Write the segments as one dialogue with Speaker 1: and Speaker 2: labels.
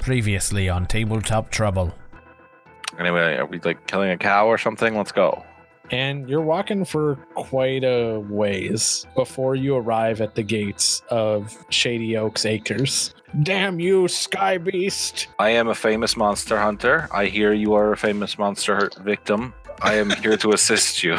Speaker 1: Previously on Tabletop Trouble.
Speaker 2: Anyway, are we like killing a cow or something? Let's go.
Speaker 3: and you're walking for quite a ways before you arrive at the gates of Shady Oaks Acres. Damn you, Sky Beast!
Speaker 2: I am a famous monster hunter. I hear you are a famous monster hurt victim. I am here to assist you.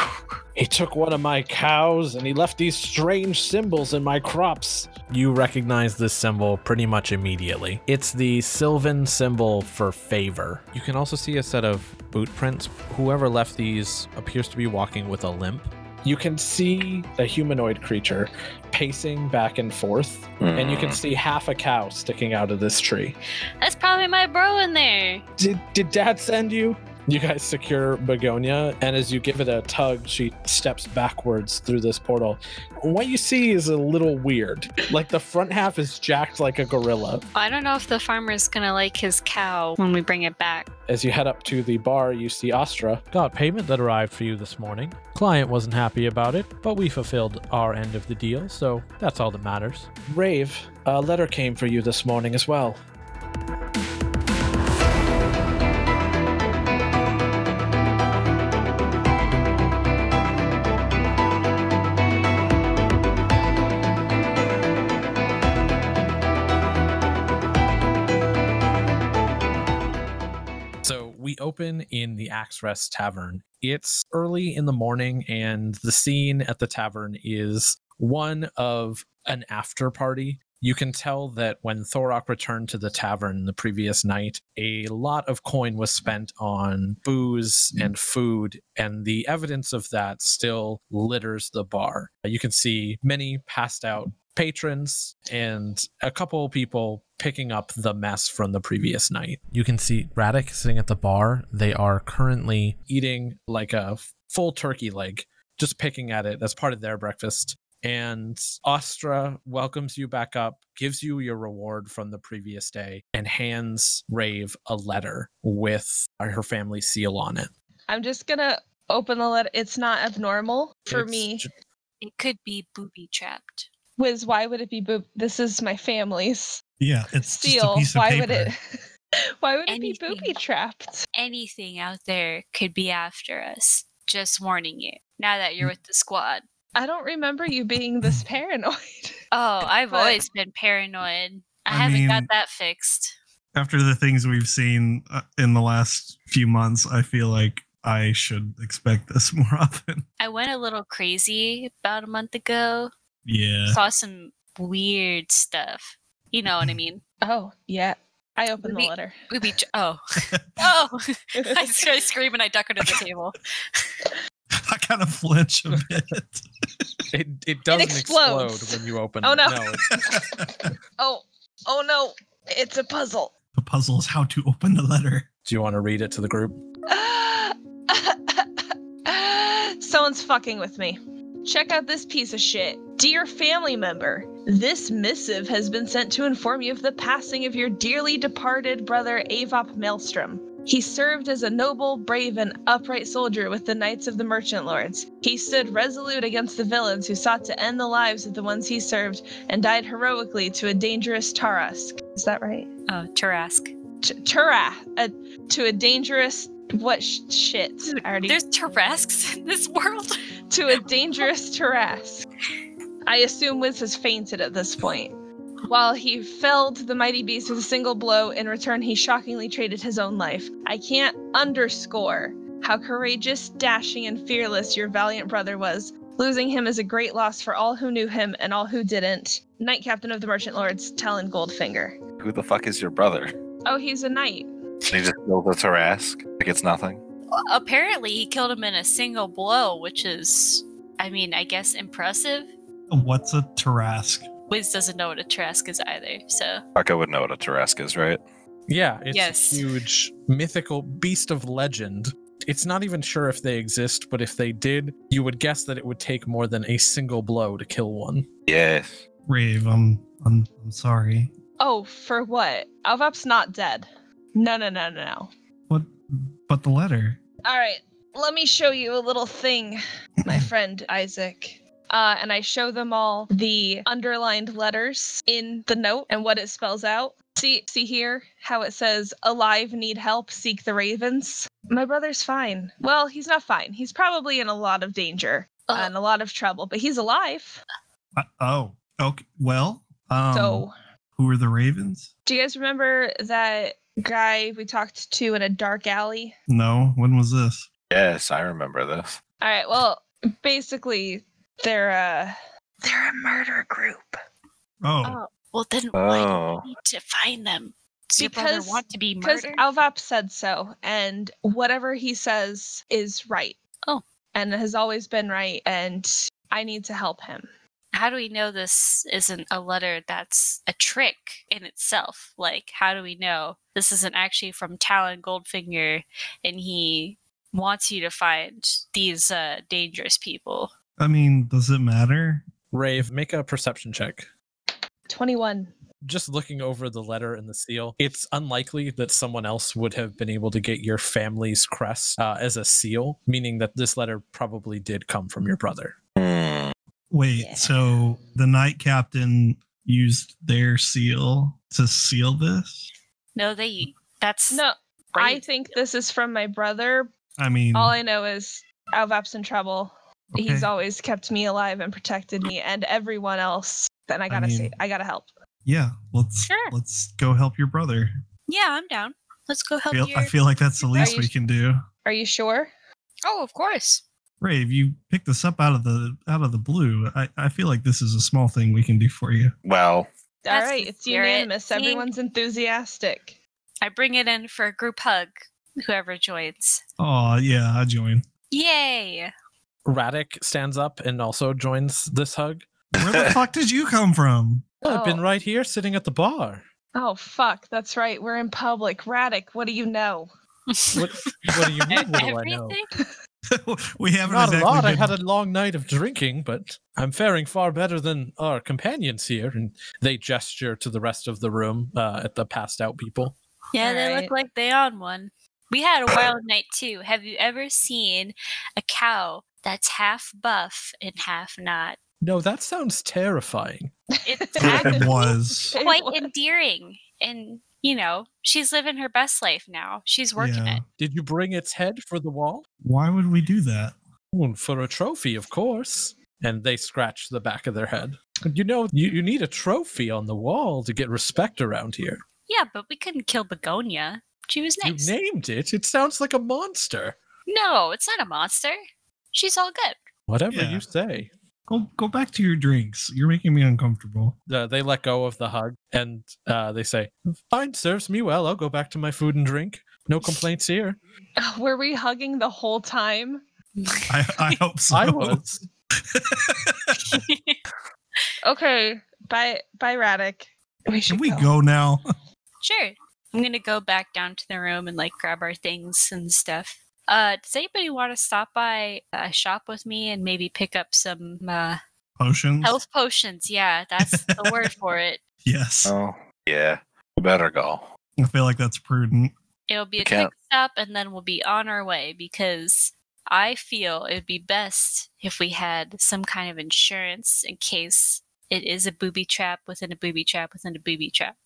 Speaker 3: He took one of my cows and he left these strange symbols in my crops.
Speaker 1: You recognize this symbol pretty much immediately. It's the Sylvan symbol for favor.
Speaker 4: You can also see a set of boot prints. Whoever left these appears to be walking with a limp.
Speaker 3: You can see a humanoid creature pacing back and forth,
Speaker 2: Hmm.
Speaker 3: and
Speaker 4: Mm.
Speaker 3: you can see half a cow sticking out of this tree.
Speaker 5: That's probably my bro in there.
Speaker 3: Did, did dad send you? You guys secure Begonia, and as you give it a tug, she steps backwards through this portal. What you see is a little weird. Like the front half is jacked like a gorilla.
Speaker 5: I don't know if the farmer's gonna like his cow when we bring it back.
Speaker 3: As you head up to the bar, you see Astra.
Speaker 6: Got payment that arrived for you this morning. Client wasn't happy about it, but we fulfilled our end of the deal, so that's all that matters.
Speaker 3: Rave, a letter came for you this morning as well.
Speaker 4: So we open in the Axe Rest Tavern. It's early in the morning, and the scene at the tavern is one of an after party. You can tell that when Thorok returned to the tavern the previous night, a lot of coin was spent on booze and food, and the evidence of that still litters the bar. You can see many passed out patrons and a couple people picking up the mess from the previous night.
Speaker 1: You can see Radek sitting at the bar. They are currently
Speaker 4: eating like a f- full turkey leg, just picking at it as part of their breakfast. And Astra welcomes you back up, gives you your reward from the previous day, and hands Rave a letter with her family seal on it.
Speaker 7: I'm just gonna open the letter. It's not abnormal for
Speaker 4: It's
Speaker 7: me.
Speaker 4: j-
Speaker 5: It could be booby trapped.
Speaker 7: Wiz, why would it be boob? This is my family's
Speaker 8: Yeah, it's Just a
Speaker 7: seal.
Speaker 8: piece of
Speaker 7: Why
Speaker 8: paper.
Speaker 7: would it? Why would it be
Speaker 5: Anything.
Speaker 7: booby trapped?
Speaker 5: Anything out there could be after us. Just warning you. Now that
Speaker 8: Mm.
Speaker 5: you're with the squad.
Speaker 7: I don't remember you being this paranoid.
Speaker 5: Oh, I've
Speaker 7: But-
Speaker 5: always been paranoid. I,
Speaker 8: I
Speaker 5: haven't got
Speaker 8: mean-
Speaker 5: that fixed.
Speaker 8: After the things we've seen uh, in the last few months, I feel like I should expect this more often.
Speaker 5: I went a little crazy about a month ago.
Speaker 8: Yeah.
Speaker 5: Saw some weird stuff. You know what I mean?
Speaker 7: oh yeah, I opened the
Speaker 5: Maybe-
Speaker 7: letter.
Speaker 5: Booby. Tra- oh, oh! I started screaming. I duck under the table.
Speaker 8: I kind of flinch a bit.
Speaker 4: It, it doesn't explode
Speaker 7: explodes.
Speaker 4: when you open
Speaker 7: Oh,
Speaker 4: it.
Speaker 7: no.
Speaker 4: it's-
Speaker 7: oh, oh no, it's a puzzle.
Speaker 8: the puzzle is how to open the letter.
Speaker 4: Do you want to read it to the group?
Speaker 7: Someone's fucking with me. Check out this piece of shit. Dear family member, this missive has been sent to inform you of the passing of your dearly departed brother Avop Maelstrom. He served as a noble, brave, and upright soldier with the Knights of the Merchant Lords. He stood resolute against the villains who sought to end the lives of the ones he served and died heroically to a dangerous Tarask. Is that right?
Speaker 5: Oh, Tarask.
Speaker 7: T- Tura, a, to a dangerous what sh- shit? I already
Speaker 5: There's Tarasks in this world.
Speaker 7: to a dangerous Tarrasque. I assume Wiz has fainted at this point. While he felled the mighty beast with a single blow, in return he shockingly traded his own life. I can't underscore how courageous, dashing, and fearless your valiant brother was. Losing him is a great loss for all who knew him and all who didn't. Knight Captain of the Merchant Lords, Talon Goldfinger.
Speaker 2: Who the fuck is your brother?
Speaker 7: Oh, he's a knight.
Speaker 2: He just killed a Tarask. Like it's nothing.
Speaker 5: Apparently, he killed him in a single blow, which is, I mean, I guess impressive.
Speaker 8: What's a Tarask?
Speaker 5: Wiz doesn't know what a Tarask is either, so
Speaker 2: Fuck, I would know what a Tarask is, right?
Speaker 4: Yeah, it's
Speaker 5: Yes.
Speaker 4: a huge mythical beast of legend. It's not even sure if they exist, but if they did, you would guess that it would take more than a single blow to kill one.
Speaker 2: Yes.
Speaker 8: Rave, I'm I'm I'm sorry.
Speaker 7: Oh, for what? Alvop's not dead. No, no, no, no, no.
Speaker 8: What but the letter?
Speaker 7: All right, let me show you a little thing, my friend Isaac. uh, and I show them all the underlined letters in the note and what it spells out. See, see here how it says, "Alive, need help, seek the ravens." My brother's fine. Well, he's not fine. He's probably in a lot of danger
Speaker 5: Oh.
Speaker 7: and a lot of trouble, but he's alive.
Speaker 8: Uh, oh, okay. Well, um,
Speaker 7: so,
Speaker 8: who are the Ravens?
Speaker 7: do you guys remember that guy we talked to in a dark alley?
Speaker 8: No, when was this?
Speaker 2: Yes, I remember this.
Speaker 7: All right. Well, basically, they're uh, they're a murder group.
Speaker 8: Oh,
Speaker 5: Oh, Well, then why
Speaker 2: Oh,
Speaker 5: do you need to find them? Does your brother
Speaker 7: Because-
Speaker 5: want to be
Speaker 7: Because
Speaker 5: murdered?
Speaker 7: Alvap said so, and whatever he says is right.
Speaker 5: Oh.
Speaker 7: And has always been right, and I need to help him.
Speaker 5: how do we know this isn't a letter that's a trick in itself? Like, how do we know this isn't actually from Talon Goldfinger and he wants you to find these uh, dangerous people?
Speaker 8: I mean, does it matter?
Speaker 4: Rave, make a perception check.
Speaker 7: 21.
Speaker 4: Just looking over the letter and the seal, it's unlikely that someone else would have been able to get your family's crest uh, as a seal, meaning that this letter probably did come from your brother.
Speaker 2: Hmm.
Speaker 8: Wait,
Speaker 7: Yeah.
Speaker 8: so the night captain used their seal to seal this?
Speaker 5: No, they. That's
Speaker 7: No, I
Speaker 5: right.
Speaker 7: think this is from my brother.
Speaker 8: I mean,
Speaker 7: All I know is Alvap's in trouble. He's
Speaker 8: okay.
Speaker 7: always kept me alive and protected me and everyone else. Then I gotta
Speaker 8: mean-
Speaker 7: say, I gotta help.
Speaker 8: yeah. Let's
Speaker 5: Sure.
Speaker 8: let's go help your brother.
Speaker 5: Yeah, I'm down. Let's go help
Speaker 8: Feel-
Speaker 5: your.
Speaker 8: I feel like that's the
Speaker 7: Are
Speaker 8: least
Speaker 7: you-
Speaker 8: we can do.
Speaker 7: Are you sure?
Speaker 5: oh, of course.
Speaker 8: Rave, you picked this up out of the out of the blue. I, I feel like this is a small thing we can do for you.
Speaker 2: Well,
Speaker 7: All
Speaker 5: That's the
Speaker 7: right, it's
Speaker 5: spirit.
Speaker 7: unanimous.
Speaker 5: Thank-
Speaker 7: Everyone's enthusiastic.
Speaker 5: I bring it in for a group hug, whoever joins.
Speaker 8: Oh yeah, I join.
Speaker 5: Yay!
Speaker 4: Radic stands up and also joins this hug.
Speaker 8: Where the fuck did you come from?
Speaker 4: I've been
Speaker 7: Oh.
Speaker 4: right here sitting at the bar.
Speaker 7: Oh fuck, that's right. We're in public. Radic, what do you know?
Speaker 4: What, what do you mean? What do I know?
Speaker 5: Everything?
Speaker 8: we haven't
Speaker 4: Not
Speaker 8: exactly
Speaker 4: a lot. I
Speaker 8: been-
Speaker 4: had a long night of drinking, but I'm faring far better than our companions here. And they gesture to the rest of the room uh, at the passed out people.
Speaker 5: Yeah, they
Speaker 7: Alright.
Speaker 5: look like they on one. We had a wild night too. Have you ever seen a cow that's half buff and half not?
Speaker 4: No, that sounds terrifying.
Speaker 5: It's
Speaker 8: it
Speaker 5: actually
Speaker 8: was.
Speaker 5: quite endearing. And, you know, she's living her best life now. She's working
Speaker 8: Yeah.
Speaker 5: it.
Speaker 4: Did you bring its head for the wall?
Speaker 8: Why would we do that?
Speaker 4: "Mm, For a trophy, of course. And they scratch the back of their head. You know, you, you need a trophy on the wall to get respect around here.
Speaker 5: Yeah, but we couldn't kill Begonia. She was nice.
Speaker 4: You named it. It sounds like a monster.
Speaker 5: no, it's not a monster. She's all good.
Speaker 4: Whatever
Speaker 8: Yeah.
Speaker 4: you say.
Speaker 8: Go go back to your drinks. You're making me uncomfortable.
Speaker 4: Uh, they let go of the hug and uh, they say, Fine, serves me well. I'll go back to my food and drink. No complaints here.
Speaker 7: Were we hugging the whole time?
Speaker 8: I, I hope so.
Speaker 4: I was.
Speaker 7: Okay. Bye bye Radic. We
Speaker 8: Can we go now?
Speaker 5: Sure. I'm gonna go back down to the room and like grab our things and stuff. Uh, does anybody want to stop by a shop with me and maybe pick up some uh,
Speaker 8: Potions?
Speaker 5: health potions? Yeah, that's the word for it.
Speaker 8: Yes.
Speaker 2: oh, yeah. We better go.
Speaker 8: I feel like that's prudent.
Speaker 5: It'll be a
Speaker 2: Okay.
Speaker 5: quick stop and then we'll be on our way because I feel it would be best if we had some kind of insurance in case it is a booby trap within a booby trap within a booby trap.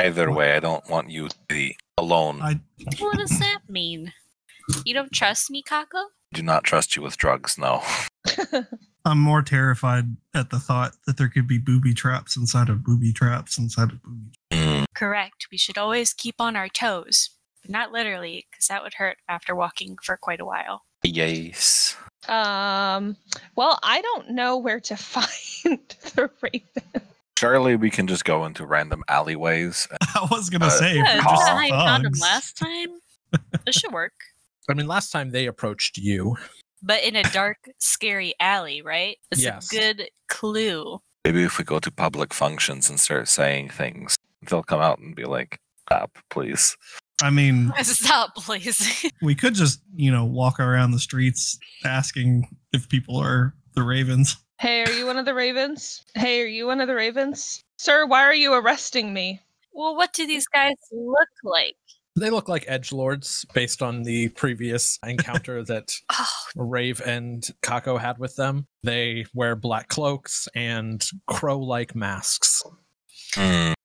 Speaker 2: Either way, I don't want you to be alone. I
Speaker 8: I
Speaker 5: What does that mean? You don't trust me, Kako?
Speaker 2: do not trust you with drugs, no.
Speaker 8: I'm more terrified at the thought that there could be booby traps inside of booby traps inside of booby.
Speaker 2: Hmm.
Speaker 5: Correct. We should always keep on our toes. But not literally, because that would hurt after walking for quite a while.
Speaker 2: Yes.
Speaker 7: Um well, I don't know where to find the raven.
Speaker 2: Surely we can just go into random alleyways.
Speaker 8: I was gonna
Speaker 2: Uh,
Speaker 8: say. if
Speaker 5: Yeah,
Speaker 8: we're
Speaker 5: is
Speaker 2: just
Speaker 5: that how you found him
Speaker 8: thugs-
Speaker 5: last time? this should work.
Speaker 4: I mean, last time they approached you.
Speaker 5: But in a dark, scary alley, right? It's
Speaker 4: Yes.
Speaker 5: a good clue.
Speaker 2: Maybe if we go to public functions and start saying things, they'll come out and be like, stop, please.
Speaker 8: I mean,
Speaker 5: Stop, please.
Speaker 8: we could just you know walk around the streets asking if people are the ravens.
Speaker 7: Hey, are you one of the ravens? Hey, are you one of the ravens? Sir, why are you arresting me?
Speaker 5: well, what do these guys look like?
Speaker 4: They look like edge lords based on the previous encounter that
Speaker 5: Oh,
Speaker 4: Rave and Kako had with them. They wear black cloaks and crow-like masks.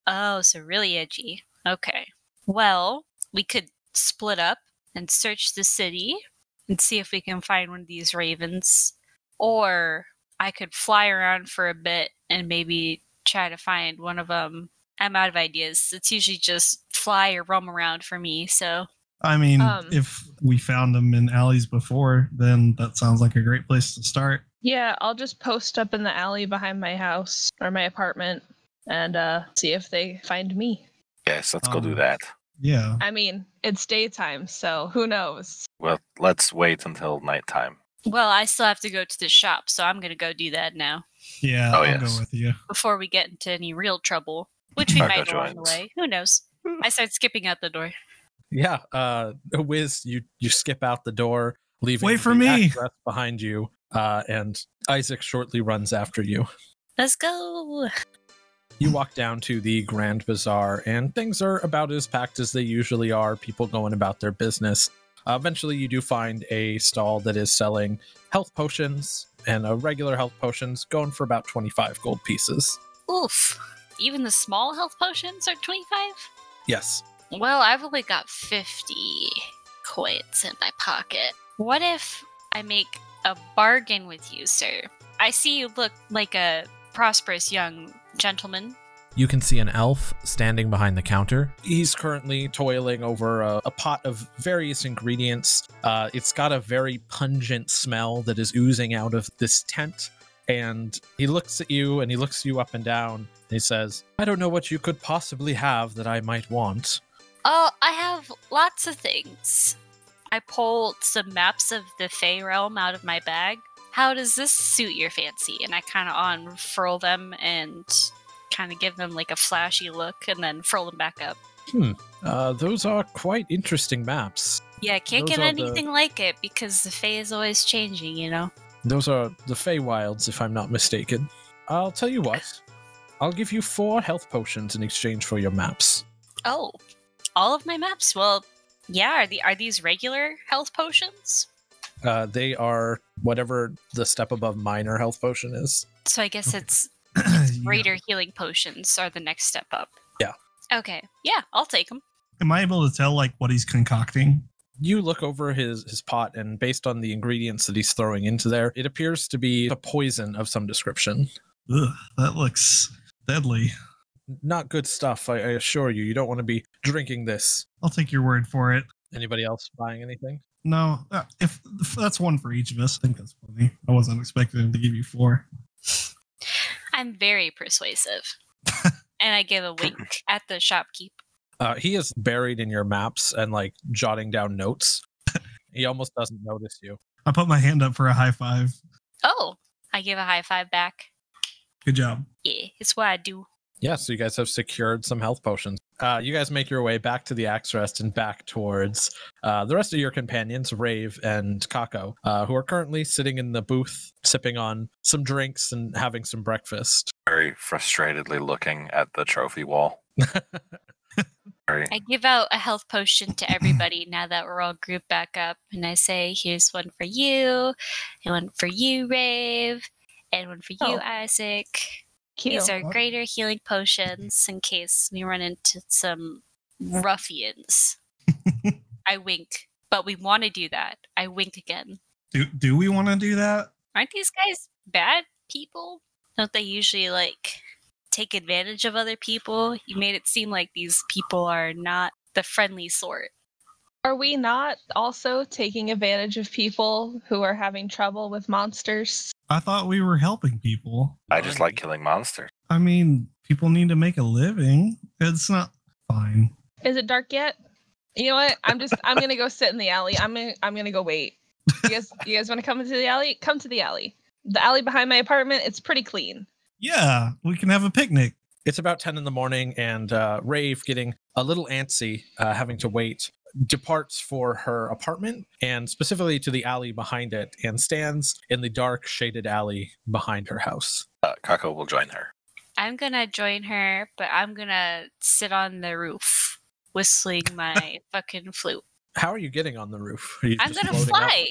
Speaker 5: oh, so really edgy. Okay. Well, we could split up and search the city and see if we can find one of these ravens. Or I could fly around for a bit and maybe try to find one of them. I'm out of ideas. It's usually just fly or roam around for me. So,
Speaker 8: I mean,
Speaker 7: Um.
Speaker 8: if we found them in alleys before, then that sounds like a great place to start.
Speaker 7: Yeah, I'll just post up in the alley behind my house or my apartment and uh, see if they find me.
Speaker 2: Yes, let's go do
Speaker 8: Um,
Speaker 2: that.
Speaker 8: Yeah.
Speaker 7: I mean, it's daytime, so who knows?
Speaker 2: Well, let's wait until nighttime.
Speaker 5: well, I still have to go to the shop, so I'm going to go do that now
Speaker 8: Yeah,
Speaker 2: Oh,
Speaker 8: I'll
Speaker 2: yes.
Speaker 8: go with you.
Speaker 5: before we get into any real trouble, which we
Speaker 2: I've
Speaker 5: might
Speaker 2: got
Speaker 5: along the
Speaker 2: joints.
Speaker 5: way. Who knows? I start skipping out the door.
Speaker 4: Yeah, uh, Wiz, you you skip out the door, leaving
Speaker 8: Wait for
Speaker 4: the
Speaker 8: me.
Speaker 4: access behind you, uh, and Isaac shortly runs after you.
Speaker 5: Let's go.
Speaker 4: You walk down to the Grand Bazaar, and things are about as packed as they usually are. People going about their business. Uh, eventually, you do find a stall that is selling health potions and a regular health potions, going for about twenty-five gold pieces.
Speaker 5: Oof. Even the small health potions are 25?
Speaker 4: Yes,
Speaker 5: Well, I've only got 50 quits in my pocket. What if I make a bargain with you, sir? I see you look like a prosperous young gentleman.
Speaker 1: You can see an elf standing behind the counter.
Speaker 4: he's currently toiling over a, a pot of various ingredients. Uh, it's got a very pungent smell that is oozing out of this tent. And he looks at you and he looks you up and down. And he says, I don't know what you could possibly have that I might want.
Speaker 5: Oh, I have lots of things. I pulled some maps of the Fey Realm out of my bag. How does this suit your fancy? And I kind of unfurl them and kind of give them like a flashy look and then furl them back up.
Speaker 4: Uh, those are quite interesting maps.
Speaker 5: Yeah, I can't
Speaker 4: Those
Speaker 5: get
Speaker 4: are the-
Speaker 5: anything like it because the Fae is always changing, you know?
Speaker 4: Those are the Feywilds, if I'm not mistaken. I'll tell you what. I'll give you four health potions in exchange for your maps.
Speaker 5: Oh, all of my maps? Well, yeah, are, the, are these regular health potions?
Speaker 4: Uh, they are whatever the step above minor health potion is.
Speaker 5: So I
Speaker 4: Oh,
Speaker 5: guess it's
Speaker 8: Yeah.
Speaker 5: greater healing potions are the next step up.
Speaker 4: Yeah.
Speaker 5: Okay, yeah, I'll take them.
Speaker 8: Am I able to tell like what he's concocting?
Speaker 4: you look over his his pot and based on the ingredients that he's throwing into there it appears to be a poison of some description
Speaker 8: Ugh, that looks deadly.
Speaker 4: not good stuff i, I assure you you don't want to be drinking this
Speaker 8: I'll take your word for it.
Speaker 4: anybody else buying anything
Speaker 8: No, uh, if if that's one for each of us, I think that's funny. I wasn't expecting him to give you four.
Speaker 5: I'm very persuasive. and I give a wink at the shopkeep.
Speaker 4: uh, he is buried in your maps and like jotting down notes he almost doesn't notice you
Speaker 8: I put my hand up for a high five.
Speaker 5: Oh, I give a high five back.
Speaker 8: Good job.
Speaker 5: Yeah, it's what I do.
Speaker 4: yeah so you guys have secured some health potions uh, you guys make your way back to the axe rest and back towards uh, the rest of your companions rave and kako uh, who are currently sitting in the booth sipping on some drinks and having some breakfast
Speaker 2: Very frustratedly looking at the trophy wall. Very
Speaker 5: I give out a health potion to everybody now that we're all grouped back up, and I say, "Here's one for you, and one for you, Rave, and one for you,
Speaker 7: Oh.
Speaker 5: Isaac.
Speaker 7: Cute.
Speaker 5: These are greater healing potions in case we run into some ruffians." I wink, but we want to do that. I wink again.
Speaker 8: Do do we want to do that?
Speaker 5: Aren't these guys bad people? Don't they usually like take advantage of other people? You made it seem like these people are not the friendly sort.
Speaker 7: Are we not also taking advantage of people who are having trouble with monsters?
Speaker 8: I thought we were helping people.
Speaker 2: I just like killing monsters.
Speaker 8: I mean, people need to make a living. It's not fine.
Speaker 7: Is it dark yet? You know what? I'm just I'm gonna go sit in the alley. I'm gonna I'm gonna go wait. You guys you guys wanna come into the alley? Come to the alley. The alley behind my apartment, it's pretty clean.
Speaker 8: Yeah, we can have a picnic.
Speaker 4: it's about 10 in the morning and uh, rave getting a little antsy uh, having to wait departs for her apartment and specifically to the alley behind it and stands in the dark shaded alley behind her house
Speaker 2: Uh, Kako will join her.
Speaker 5: I'm gonna join her, but I'm gonna sit on the roof whistling my fucking flute.
Speaker 4: How are you getting on the roof? Are you
Speaker 5: I'm
Speaker 4: just
Speaker 5: gonna
Speaker 4: floating up?
Speaker 5: fly.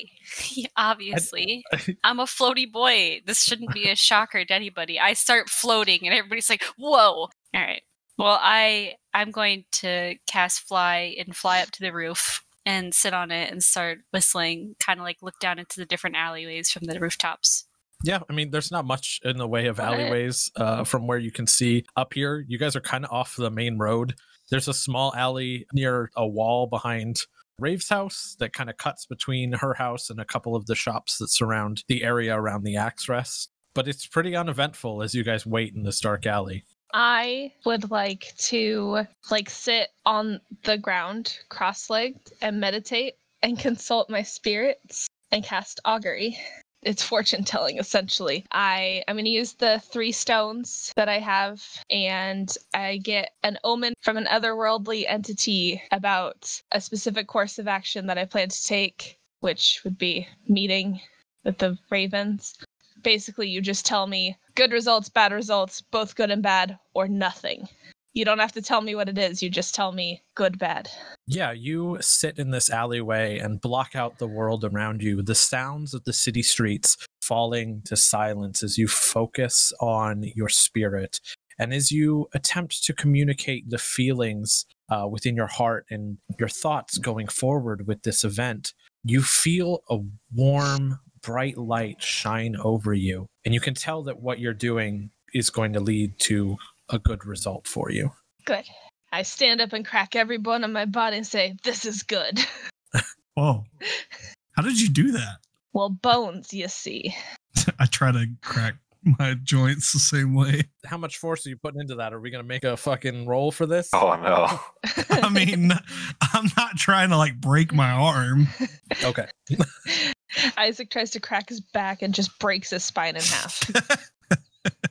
Speaker 5: Obviously, I'm a floaty boy. This shouldn't be a shocker to anybody. I start floating, and everybody's like, "Whoa!" All right. Well, I I'm going to cast fly and fly up to the roof and sit on it and start whistling, kind of like look down into the different alleyways from the rooftops.
Speaker 4: Yeah, I mean, there's not much in the way of
Speaker 5: What?
Speaker 4: alleyways uh, from where you can see up here. You guys are kind of off the main road. There's a small alley near a wall behind Rave's house that kind of cuts between her house and a couple of the shops that surround the area around the axe rest. But it's pretty uneventful as you guys wait in this dark alley.
Speaker 7: I would like to like sit on the ground cross-legged and meditate and consult my spirits and cast augury. It's fortune telling essentially. I I'm going to use the three stones that I have and I get an omen from an otherworldly entity about a specific course of action that I plan to take, which would be meeting with the ravens basically you just tell me good results, bad results, both good and bad, or nothing. You don't have to tell me what it is. You just tell me good, bad.
Speaker 4: Yeah, you sit in this alleyway and block out the world around you. The sounds of the city streets falling to silence as you focus on your spirit. And as you attempt to communicate the feelings uh, within your heart and your thoughts going forward with this event, you feel a warm, bright light shine over you. And you can tell that what you're doing is going to lead to a good result for you.
Speaker 7: Good. I stand up and crack every bone in my body and say, This is good.
Speaker 8: Whoa. How did you do that?
Speaker 7: Well, bones, you see.
Speaker 8: I try to crack my joints the same way.
Speaker 4: how much force are you putting into that? Are we gonna make a fucking roll for this?
Speaker 2: Oh no.
Speaker 8: I mean, I'm not trying to like break my arm.
Speaker 4: Okay.
Speaker 7: Isaac tries to crack his back and just breaks his spine in half.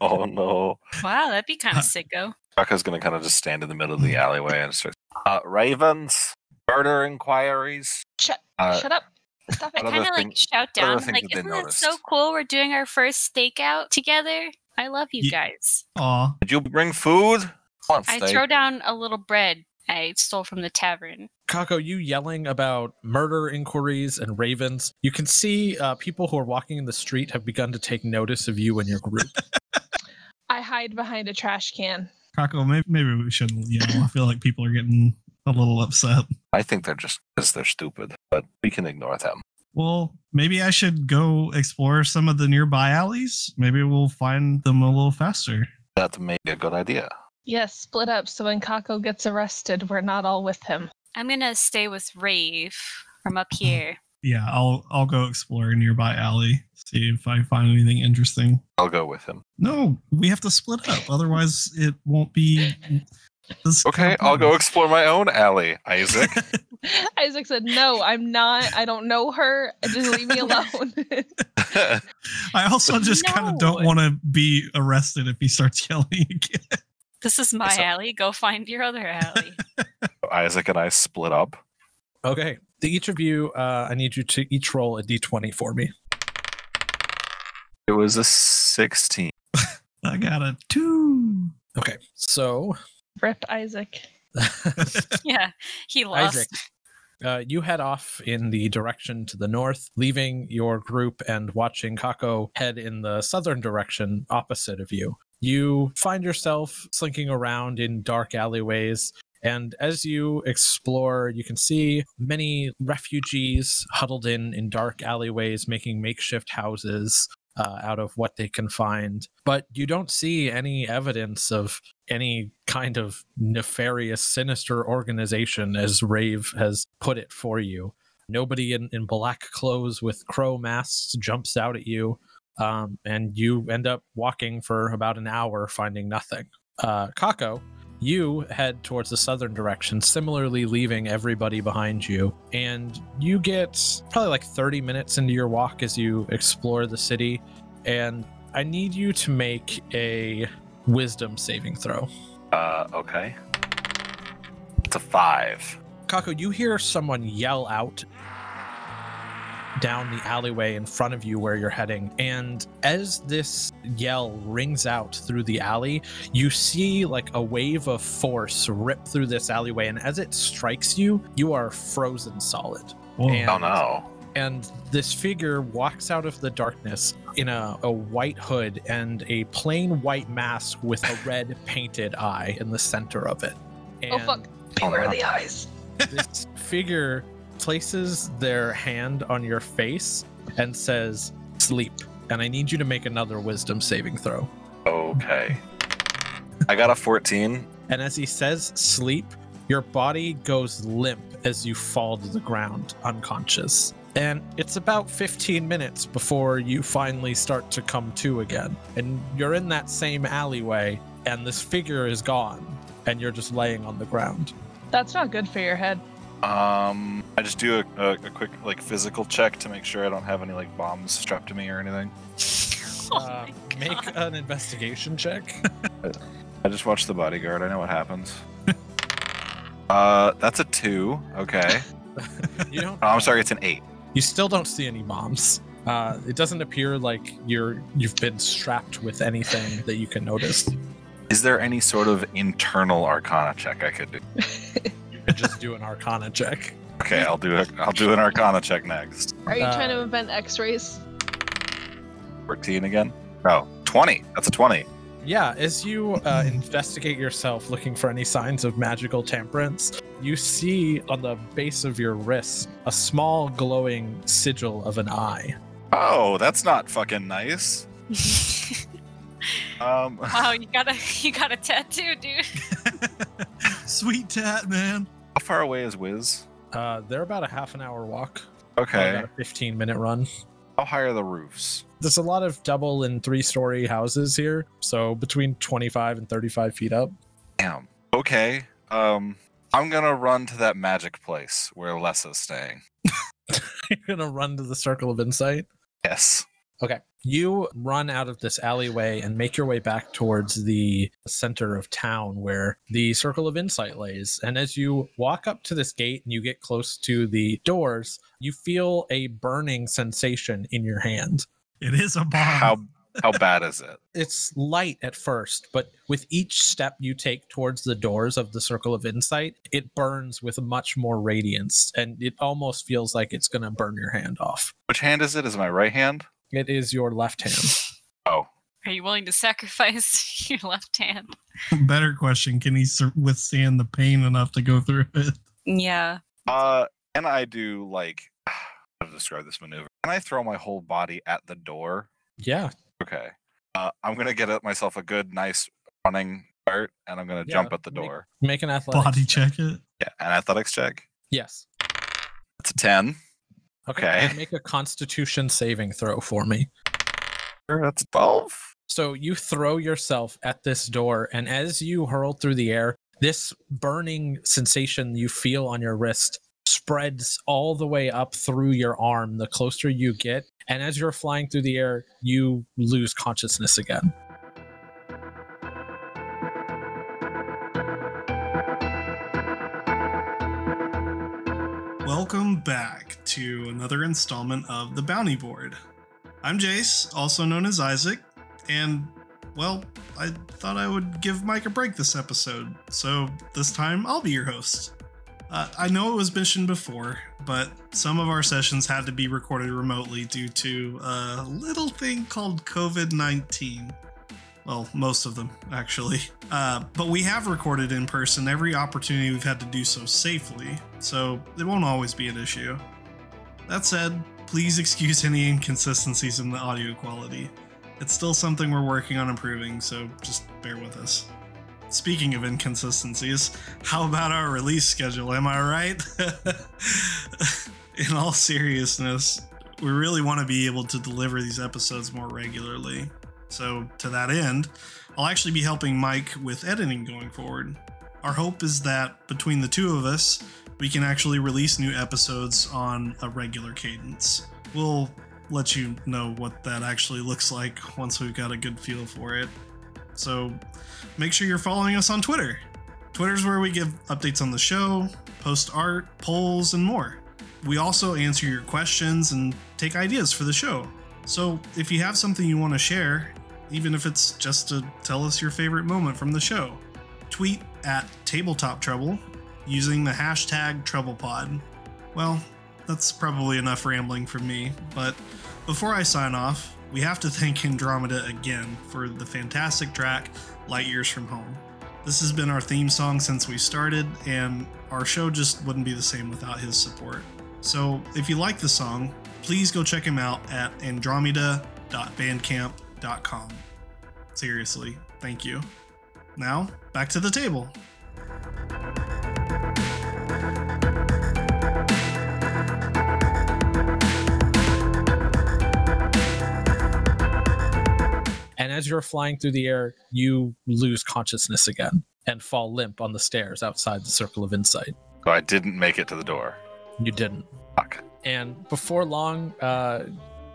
Speaker 2: Oh no.
Speaker 5: Wow, that'd be kind
Speaker 8: Huh.
Speaker 5: of sicko.
Speaker 2: Chaka's gonna kind of just stand in the middle of the alleyway and start. Uh, ravens, murder inquiries.
Speaker 7: Shut,
Speaker 2: Uh,
Speaker 7: shut up. Stop
Speaker 5: I
Speaker 7: it.
Speaker 2: What
Speaker 5: kind
Speaker 2: other
Speaker 5: of like
Speaker 2: thing-
Speaker 5: shout
Speaker 2: what other
Speaker 5: down,
Speaker 2: things
Speaker 5: like,
Speaker 2: have they
Speaker 5: "Isn't that so
Speaker 2: noticed?"
Speaker 5: cool? We're doing our first stakeout together. I love you
Speaker 8: Ye-
Speaker 5: guys."
Speaker 8: Aw.
Speaker 2: Did you bring food? Come on,
Speaker 5: I
Speaker 2: steak.
Speaker 5: throw down a little bread I stole from the tavern.
Speaker 4: Kako, you yelling about murder inquiries and ravens. You can see uh, people who are walking in the street have begun to take notice of you and your group.
Speaker 7: I hide behind a trash can.
Speaker 8: Kako, maybe, maybe we shouldn't yell. I feel like people are getting a little upset.
Speaker 2: I think they're just because they're stupid, but we can ignore them.
Speaker 8: Well, maybe I should go explore some of the nearby alleys. Maybe we'll find them a little faster.
Speaker 2: That may be a good idea.
Speaker 7: Yes, split up so when Kako gets arrested, we're not all with him.
Speaker 5: I'm gonna stay with Rave from
Speaker 2: Mm.
Speaker 5: up here.
Speaker 8: Yeah, I'll I'll go explore a nearby alley, see if I find anything interesting.
Speaker 2: I'll go with him.
Speaker 8: No, we have to split up, otherwise it won't be. This
Speaker 2: Okay,
Speaker 8: kind of
Speaker 2: I'll go
Speaker 8: plan.
Speaker 2: explore my own alley, Isaac.
Speaker 7: Isaac said, No, I'm not. I don't know her. Just leave me alone.
Speaker 8: I also just kind of don't
Speaker 5: No.
Speaker 8: want to be arrested if he starts yelling again.
Speaker 5: This is my
Speaker 2: Yes, I-
Speaker 5: alley. Go find your other alley.
Speaker 2: Isaac and I split up.
Speaker 4: Okay. The, each of you, uh, I need you to each roll a d20 for me.
Speaker 2: It was a 16.
Speaker 8: I got a two.
Speaker 4: Okay. So,
Speaker 7: Rip Isaac.
Speaker 5: yeah, he lost.
Speaker 4: Isaac, uh, you head off in the direction to the north, leaving your group and watching Kako head in the southern direction opposite of you. You find yourself slinking around in dark alleyways. And as you explore, you can see many refugees huddled in in dark alleyways, making makeshift houses uh, out of what they can find. But you don't see any evidence of any kind of nefarious, sinister organization, as Rave has put it for you. Nobody in, in black clothes with crow masks jumps out at you, um, and you end up walking for about an hour finding nothing. Uh, Kako, you head towards the southern direction, similarly leaving everybody behind you, and you get probably like 30 minutes into your walk as you explore the city. And I need you to make a wisdom saving throw.
Speaker 2: Uh, okay. It's a 5.
Speaker 4: Kako, you hear someone yell out down the alleyway in front of you where you're heading. And as this yell rings out through the alley. You see like a wave of force rip through this alleyway, and as it strikes you, you are frozen solid.
Speaker 8: Whoa.
Speaker 4: And-
Speaker 2: Oh no.
Speaker 4: and this figure walks out of the darkness in a, a white hood and a plain white mask with a red painted eye in the center of it. And
Speaker 7: Oh fuck! Beware the eyes.
Speaker 4: this figure places their hand on your face and says, Sleep. And I need you to make another wisdom saving throw.
Speaker 2: Okay. I got a 14.
Speaker 4: And as he says, Sleep, your body goes limp as you fall to the ground unconscious. And it's about 15 minutes before you finally start to come to again. And you're in that same alleyway, and this figure is gone, and you're just laying on the ground.
Speaker 7: That's not good for your head.
Speaker 2: Um, I just do a, a, a quick like physical check to make sure I don't have any like bombs strapped to me or anything.
Speaker 5: Oh
Speaker 4: Uh,
Speaker 2: Um.
Speaker 4: make an investigation check.
Speaker 2: I just watched The Bodyguard. I know what happens. uh, that's a two. Okay.
Speaker 4: You don't.
Speaker 2: Oh, I'm sorry, it's an eight.
Speaker 4: You still don't see any bombs. Uh, it doesn't appear like you're you've been strapped with anything that you can notice. You
Speaker 2: Is there any sort of internal Arcana check I could do?
Speaker 4: can just do an Arcana check.
Speaker 2: Okay, I'll do a, I'll do an Arcana check next.
Speaker 7: Are you
Speaker 4: Uh,
Speaker 7: trying to invent X-rays?
Speaker 2: 14 again? No, 20. That's a 20.
Speaker 4: Yeah, as you uh, investigate yourself looking for any signs of magical temperance, you see on the base of your wrist a small glowing sigil of an eye.
Speaker 2: Oh, that's not fucking nice. Um,
Speaker 5: wow, you got a you got a tattoo, dude.
Speaker 8: Sweet tat, man.
Speaker 2: how far away is Wiz?
Speaker 4: Uh, they're about a half an hour walk,
Speaker 2: Okay.
Speaker 4: about a 15 minute run.
Speaker 2: How high are the roofs?
Speaker 4: There's a lot of double and three story houses here, so between 25 and 35 feet up.
Speaker 2: Damn. Okay. Um, I'm gonna run to that magic place where Lessa's staying.
Speaker 4: You're gonna run to the circle of insight.
Speaker 2: Yes.
Speaker 4: Okay. You run out of this alleyway and make your way back towards the center of town where the Circle of Insight lays. And as you walk up to this gate and you get close to the doors, you feel a burning sensation in your hand.
Speaker 8: It is a bomb.
Speaker 2: How how bad is it?
Speaker 4: It's light at first, but with each step you take towards the doors of the Circle of Insight, it burns with much more radiance and it almost feels like it's going to burn your hand off.
Speaker 2: Which hand is it? Is it my right hand?
Speaker 4: It is your left hand.
Speaker 2: Oh,
Speaker 5: Are you willing to sacrifice your left hand?
Speaker 8: Better question: Can he sur- withstand the pain enough to go through it?
Speaker 5: Yeah.
Speaker 2: uh, and I do like how to describe this maneuver. Can I throw my whole body at the door?
Speaker 4: Yeah,
Speaker 2: Okay. Uh, I'm gonna get a- myself a good, nice running start, and I'm gonna
Speaker 4: Yeah,
Speaker 2: jump at the
Speaker 4: make-
Speaker 2: door.
Speaker 4: make an athletic
Speaker 8: Body check it.
Speaker 2: Yeah, an athletics check.
Speaker 4: Yes.
Speaker 2: That's a ten. Okay.
Speaker 4: and Make a constitution saving throw for me.
Speaker 2: Sure, That's a twelve.
Speaker 4: So you throw yourself at this door, and as you hurl through the air, this burning sensation you feel on your wrist spreads all the way up through your arm the closer you get. And as you're flying through the air, you lose consciousness again.
Speaker 8: Welcome back to another installment of The Bounty Board. I'm Jace, also known as Isaac, and well, I thought I would give Mike a break this episode, so this time I'll be your host. Uh, I know it was mentioned before, but some of our sessions had to be recorded remotely due to a little thing called COVID 19. Well, most of them, actually. Uh, but we have recorded in person every opportunity we've had to do so safely, so it won't always be an issue. That said, please excuse any inconsistencies in the audio quality. It's still something we're working on improving, so just bear with us. Speaking of inconsistencies, how about our release schedule? Am I right? in all seriousness, we really want to be able to deliver these episodes more regularly. So, to that end, I'll actually be helping Mike with editing going forward. Our hope is that between the two of us, we can actually release new episodes on a regular cadence. We'll let you know what that actually looks like once we've got a good feel for it. So, make sure you're following us on Twitter. Twitter's where we give updates on the show, post art, polls, and more. We also answer your questions and take ideas for the show. So, if you have something you want to share, even if it's just to tell us your favorite moment from the show. Tweet at Tabletop Trouble using the hashtag TroublePod. Well, that's probably enough rambling from me, but before I sign off, we have to thank Andromeda again for the fantastic track Light Years from Home. This has been our theme song since we started, and our show just wouldn't be the same without his support. So if you like the song, please go check him out at andromeda.bandcamp.com. Seriously, thank you. Now, back to the table.
Speaker 4: And as you're flying through the air, you lose consciousness again and fall limp on the stairs outside the circle of insight.
Speaker 2: So I didn't make it to the door.
Speaker 4: You didn't.
Speaker 2: Fuck.
Speaker 4: And before long, uh,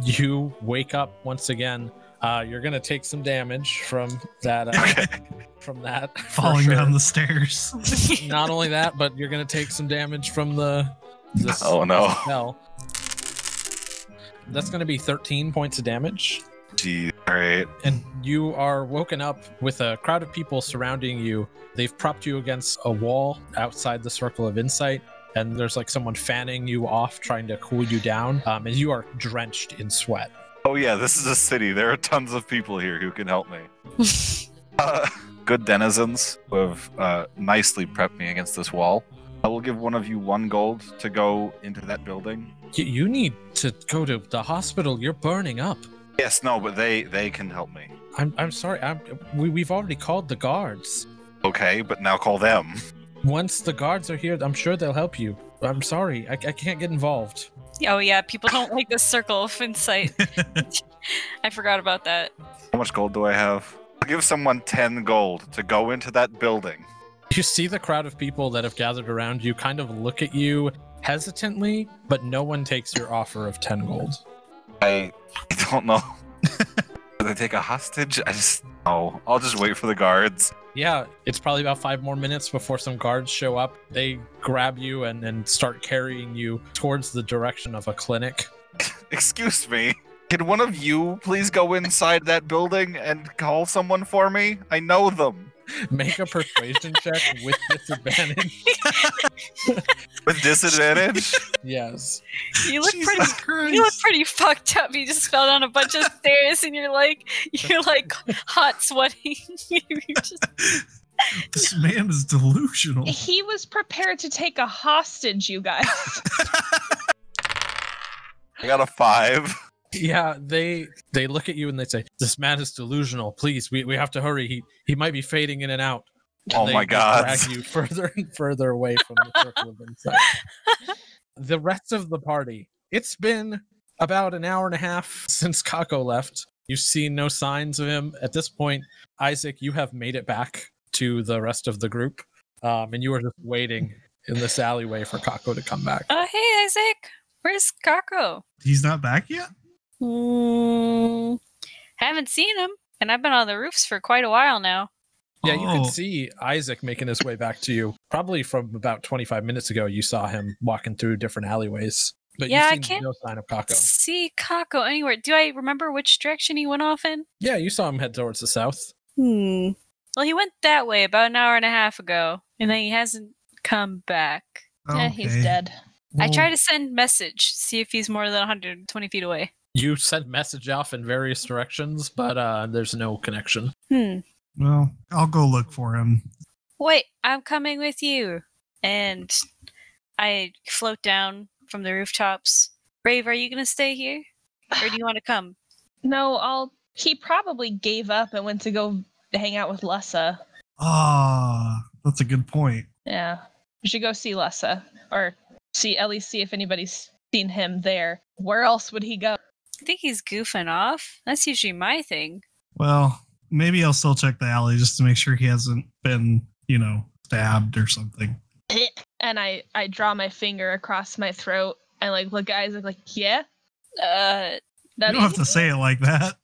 Speaker 4: you wake up once again. Uh, you're gonna take some damage from that. Uh, from that for
Speaker 8: Falling
Speaker 4: sure.
Speaker 8: down the stairs.
Speaker 4: Not only that, but you're gonna take some damage from the. the
Speaker 2: Oh no.
Speaker 4: spell. That's gonna be 13 points of damage.
Speaker 2: Jeez. All right.
Speaker 4: and you are woken up with a crowd of people surrounding you. They've propped you against a wall outside the circle of insight, and there's like someone fanning you off, trying to cool you down, um, and you are drenched in sweat.
Speaker 2: Oh yeah, this is a city. There are tons of people here who can help me. Uh, good denizens who have uh, nicely prepped me against this wall. I will give one of you one gold to go into that building.
Speaker 4: Y- you need to go to the hospital. You're burning up.
Speaker 2: Yes, no, but they they can help me.
Speaker 4: I'm, I'm sorry. I'm, we, we've already called the guards.
Speaker 2: Okay, but now call them.
Speaker 4: Once the guards are here, I'm sure they'll help you. I'm sorry. I, I can't get involved.
Speaker 5: oh yeah, people don't like the circle of insight. I forgot about that.
Speaker 2: How much gold do I have? I'll give someone ten gold to go into that building.
Speaker 4: You see the crowd of people that have gathered around you kind of look at you hesitantly, but no one takes your offer of 10 gold.
Speaker 2: I I don't know. do they take a hostage? I just no. I'll just wait for the guards.
Speaker 4: Yeah, it's probably about five more minutes before some guards show up. They grab you and, and start carrying you towards the direction of a clinic.
Speaker 2: Excuse me. Can one of you please go inside that building and call someone for me? I know them.
Speaker 4: Make a persuasion check with disadvantage.
Speaker 2: With disadvantage?
Speaker 4: Yes.
Speaker 5: You look
Speaker 8: Jesus
Speaker 5: pretty.
Speaker 8: Christ.
Speaker 5: You look pretty fucked up. You just fell down a bunch of stairs, and you're like, you're like hot sweating. you're just
Speaker 8: This man is delusional.
Speaker 7: He was prepared to take a hostage, you guys.
Speaker 2: I got a five.
Speaker 4: Yeah, they they look at you and they say, "This man is delusional. Please, we, we have to hurry. He he might be fading in and out." And
Speaker 2: Oh
Speaker 4: they
Speaker 2: my
Speaker 4: just
Speaker 2: god.
Speaker 4: Drag you further and further away from the circle of insight. The rest of the party. It's been about an hour and a half since Kako left. You've seen no signs of him at this point. Isaac, you have made it back to the rest of the group, um, and you are just waiting in this alleyway for Kako to come back.
Speaker 5: oh hey Isaac, where's Kako?
Speaker 8: He's not back yet?
Speaker 5: Mm, haven't seen him, and I've been on the roofs for quite a while now.
Speaker 4: Yeah, you can
Speaker 8: Oh.
Speaker 4: see Isaac making his way back to you. Probably from about 25 minutes ago, you saw him walking through different alleyways. But
Speaker 5: Yeah, I
Speaker 4: you've seen
Speaker 5: can't-
Speaker 4: no sign of Kako.
Speaker 5: See Kako anywhere? Do I remember which direction he went off in?
Speaker 4: Yeah, you saw him head towards the south.
Speaker 5: Hmm. Well, he went that way about an hour and a half ago, and then he hasn't come back.
Speaker 7: yeah, he's
Speaker 8: Okay.
Speaker 7: dead.
Speaker 5: I try to send message, see if he's more than 120 feet away.
Speaker 4: You sent message off in various directions, but uh, there's no connection.
Speaker 5: Hmm.
Speaker 8: Well, I'll go look for him.
Speaker 5: Wait, I'm coming with you. And I float down from the rooftops. Brave, are you going to stay here? Or do you want to come?
Speaker 7: No, I'll. He probably gave up and went to go hang out with Lessa.
Speaker 8: Ah, that's a good point.
Speaker 7: Yeah, we should go see Lessa or see at least see if anybody's seen him there. Where else would he go?
Speaker 5: I think he's goofing off. That's usually my thing.
Speaker 8: Well, maybe I'll still check the alley just to make sure he hasn't been, you know, stabbed or something.
Speaker 7: And I I draw my finger across my throat and like look at Isaac like yeah.
Speaker 5: Uh,
Speaker 8: You
Speaker 7: That
Speaker 8: don't have to say it like that.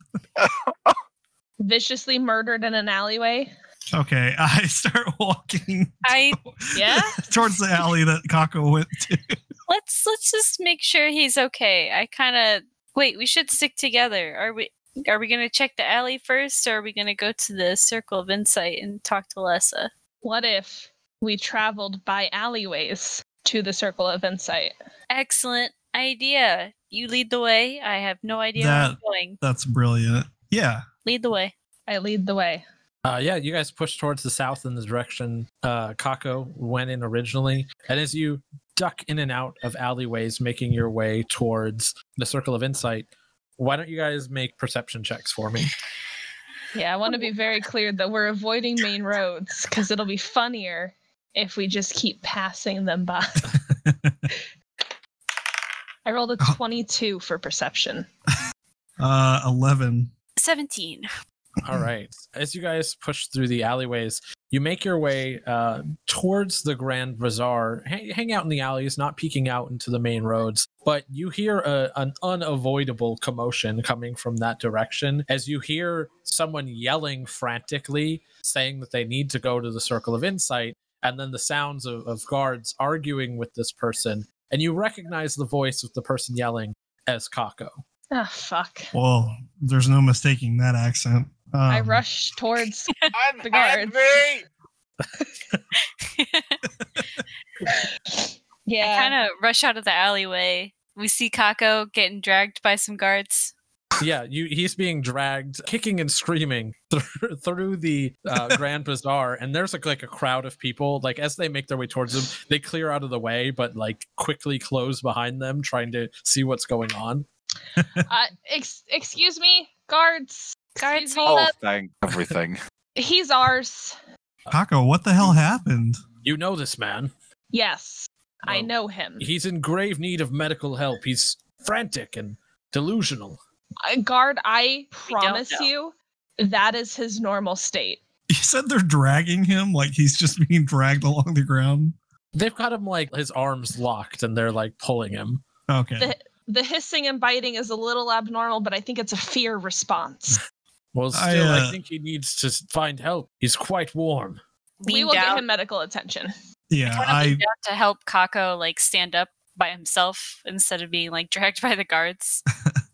Speaker 7: viciously murdered in an alleyway.
Speaker 8: Okay, I start walking
Speaker 5: I
Speaker 7: Yeah?
Speaker 8: towards the alley that Kako went to.
Speaker 5: let's let's just make sure he's okay. I kind of wait. We should stick together. Are we? Are we going to check the alley first, or are we going to go to the Circle of Insight and talk to Lessa?
Speaker 7: What if we traveled by alleyways to the Circle of Insight?
Speaker 5: Excellent idea. You lead the way. I have no idea where I'm
Speaker 8: That-
Speaker 5: going.
Speaker 8: That's brilliant. Yeah.
Speaker 5: Lead the way.
Speaker 7: I lead the way.
Speaker 4: Uh, yeah, you guys push towards the south in the direction uh, Kako went in originally. And as you duck in and out of alleyways, making your way towards the Circle of Insight, why don't you guys make perception checks for me?
Speaker 7: Yeah, I want to be very clear that we're avoiding main roads because it'll be funnier if we just keep passing them by. I rolled a 22 for perception.
Speaker 8: Uh, 11.
Speaker 5: 17.
Speaker 4: All right. As you guys push through the alleyways, you make your way uh, towards the Grand Bazaar. Hang, hang out in the alleys, not peeking out into the main roads, but you hear a, an unavoidable commotion coming from that direction as you hear someone yelling frantically, saying that they need to go to the Circle of Insight, and then the sounds of, of guards arguing with this person. And you recognize the voice of the person yelling as Kako.
Speaker 7: Ah, fuck.
Speaker 8: Well, there's no mistaking that accent. Um,
Speaker 7: I rush towards
Speaker 9: I'm
Speaker 7: The guards.
Speaker 9: hungry.
Speaker 7: Yeah.
Speaker 5: I kind of rush out of the alleyway. We see Kako getting dragged by some guards.
Speaker 4: yeah you he's being dragged kicking and screaming through, through the uh, grand bazaar and there's like, like a crowd of people like as they make their way towards him they clear out of the way but like quickly close behind them trying to see what's going on
Speaker 7: uh, ex- excuse me, guards.
Speaker 5: Guards,
Speaker 7: Excuse me.
Speaker 5: hold
Speaker 2: Oh,
Speaker 5: up.
Speaker 2: thank everything.
Speaker 7: He's ours.
Speaker 8: Kako, what the hell happened?
Speaker 4: you know this man
Speaker 7: Yes, I
Speaker 4: Oh.
Speaker 7: know him.
Speaker 4: he's in grave need of medical help he's frantic and delusional
Speaker 7: Uh, Guard, I
Speaker 5: don't
Speaker 7: promise
Speaker 5: know.
Speaker 7: you, that is his normal state.
Speaker 8: You said they're dragging him like he's just being dragged along the ground.
Speaker 4: they've got him like his arms locked and they're like pulling him
Speaker 8: Okay.
Speaker 7: The, the hissing and biting is a little abnormal, but I think it's a fear response.
Speaker 4: well
Speaker 8: I,
Speaker 4: still I
Speaker 8: uh,
Speaker 4: think he needs to find help he's quite warm
Speaker 7: we
Speaker 5: Lean
Speaker 7: will
Speaker 5: down.
Speaker 7: get him medical attention.
Speaker 8: yeah,
Speaker 5: I wanna lean
Speaker 8: I
Speaker 5: down to help Kako like stand up by himself instead of being like dragged by the guards.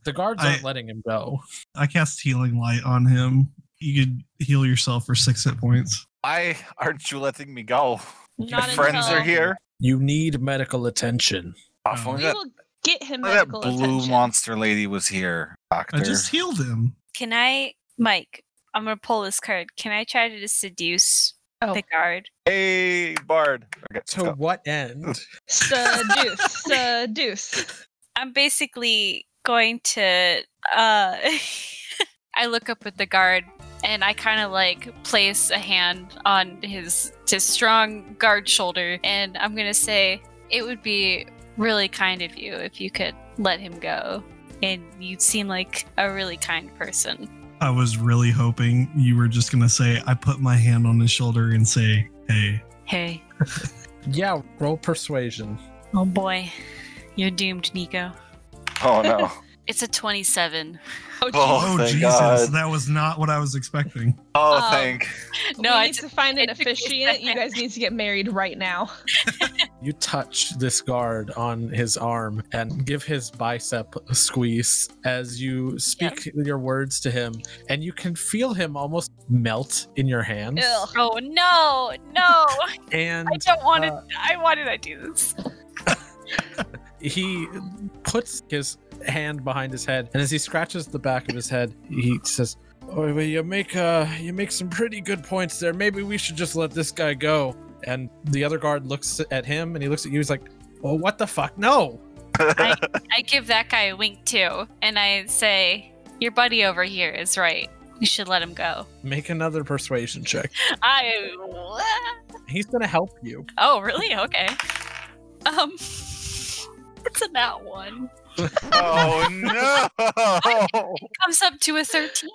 Speaker 4: the guards aren't
Speaker 8: I-
Speaker 4: letting him go
Speaker 8: I cast healing light on him. You could heal yourself for six hit points.
Speaker 2: Why aren't you letting me go?
Speaker 7: Not
Speaker 2: My friends
Speaker 7: until
Speaker 2: are here.
Speaker 4: you need medical attention
Speaker 2: Oh, if
Speaker 8: Oh.
Speaker 2: only
Speaker 7: We
Speaker 2: that,
Speaker 7: will get him
Speaker 2: only that
Speaker 7: medical
Speaker 2: blue
Speaker 7: attention.
Speaker 2: monster lady was here, doctor.
Speaker 8: I just healed him.
Speaker 5: Can I, Mike? I'm gonna pull this card. Can I try to seduce
Speaker 7: Oh.
Speaker 5: the guard?
Speaker 2: Hey, Bard. Okay, let's
Speaker 4: To
Speaker 2: go.
Speaker 4: what end?
Speaker 7: Hmm. Seduce, seduce.
Speaker 5: I'm basically going to. uh I look up at the guard and I kind of like place a hand on his his strong guard shoulder, and I'm gonna say it would be really kind of you if you could let him go. And you seem like a really kind person.
Speaker 8: I was really hoping you were just gonna say, I put my hand on his shoulder and say, Hey,
Speaker 5: Hey,
Speaker 4: Yeah, roll persuasion.
Speaker 5: oh boy, you're doomed, Nico.
Speaker 2: Oh no.
Speaker 5: It's a 27.
Speaker 7: Oh,
Speaker 2: Oh.
Speaker 8: Oh,
Speaker 2: thank
Speaker 8: Jesus,
Speaker 2: God.
Speaker 8: that was not what I was expecting.
Speaker 2: Oh,
Speaker 7: Um,
Speaker 2: thank.
Speaker 7: Jesus.
Speaker 5: No,
Speaker 7: we
Speaker 5: I
Speaker 7: need
Speaker 5: just-
Speaker 7: to find an
Speaker 5: I took a
Speaker 7: officiant. You
Speaker 5: second.
Speaker 7: guys need to get married right now.
Speaker 4: You touch this guard on his arm and give his bicep a squeeze as you speak your words to him, and you can feel him almost melt in your hands.
Speaker 7: Ugh.
Speaker 5: Oh no, no!
Speaker 4: And
Speaker 5: I don't want
Speaker 4: uh,
Speaker 5: to. I why did I do this?
Speaker 4: he puts his hand behind his head, and as he scratches the back of his head, he says, "Oh, well, you make uh, you make some pretty good points there. Maybe we should just let this guy go." And the other guard looks at him, and he looks at you. He's like, "Well, what the fuck? No."
Speaker 5: I give that guy a wink too, and I say, "Your buddy over here is right. You should let him go."
Speaker 4: Make another persuasion check.
Speaker 5: I.
Speaker 4: He's gonna help you.
Speaker 5: Oh really? Okay. Um, it's a nat one.
Speaker 2: Oh no.
Speaker 5: Comes up to a 13.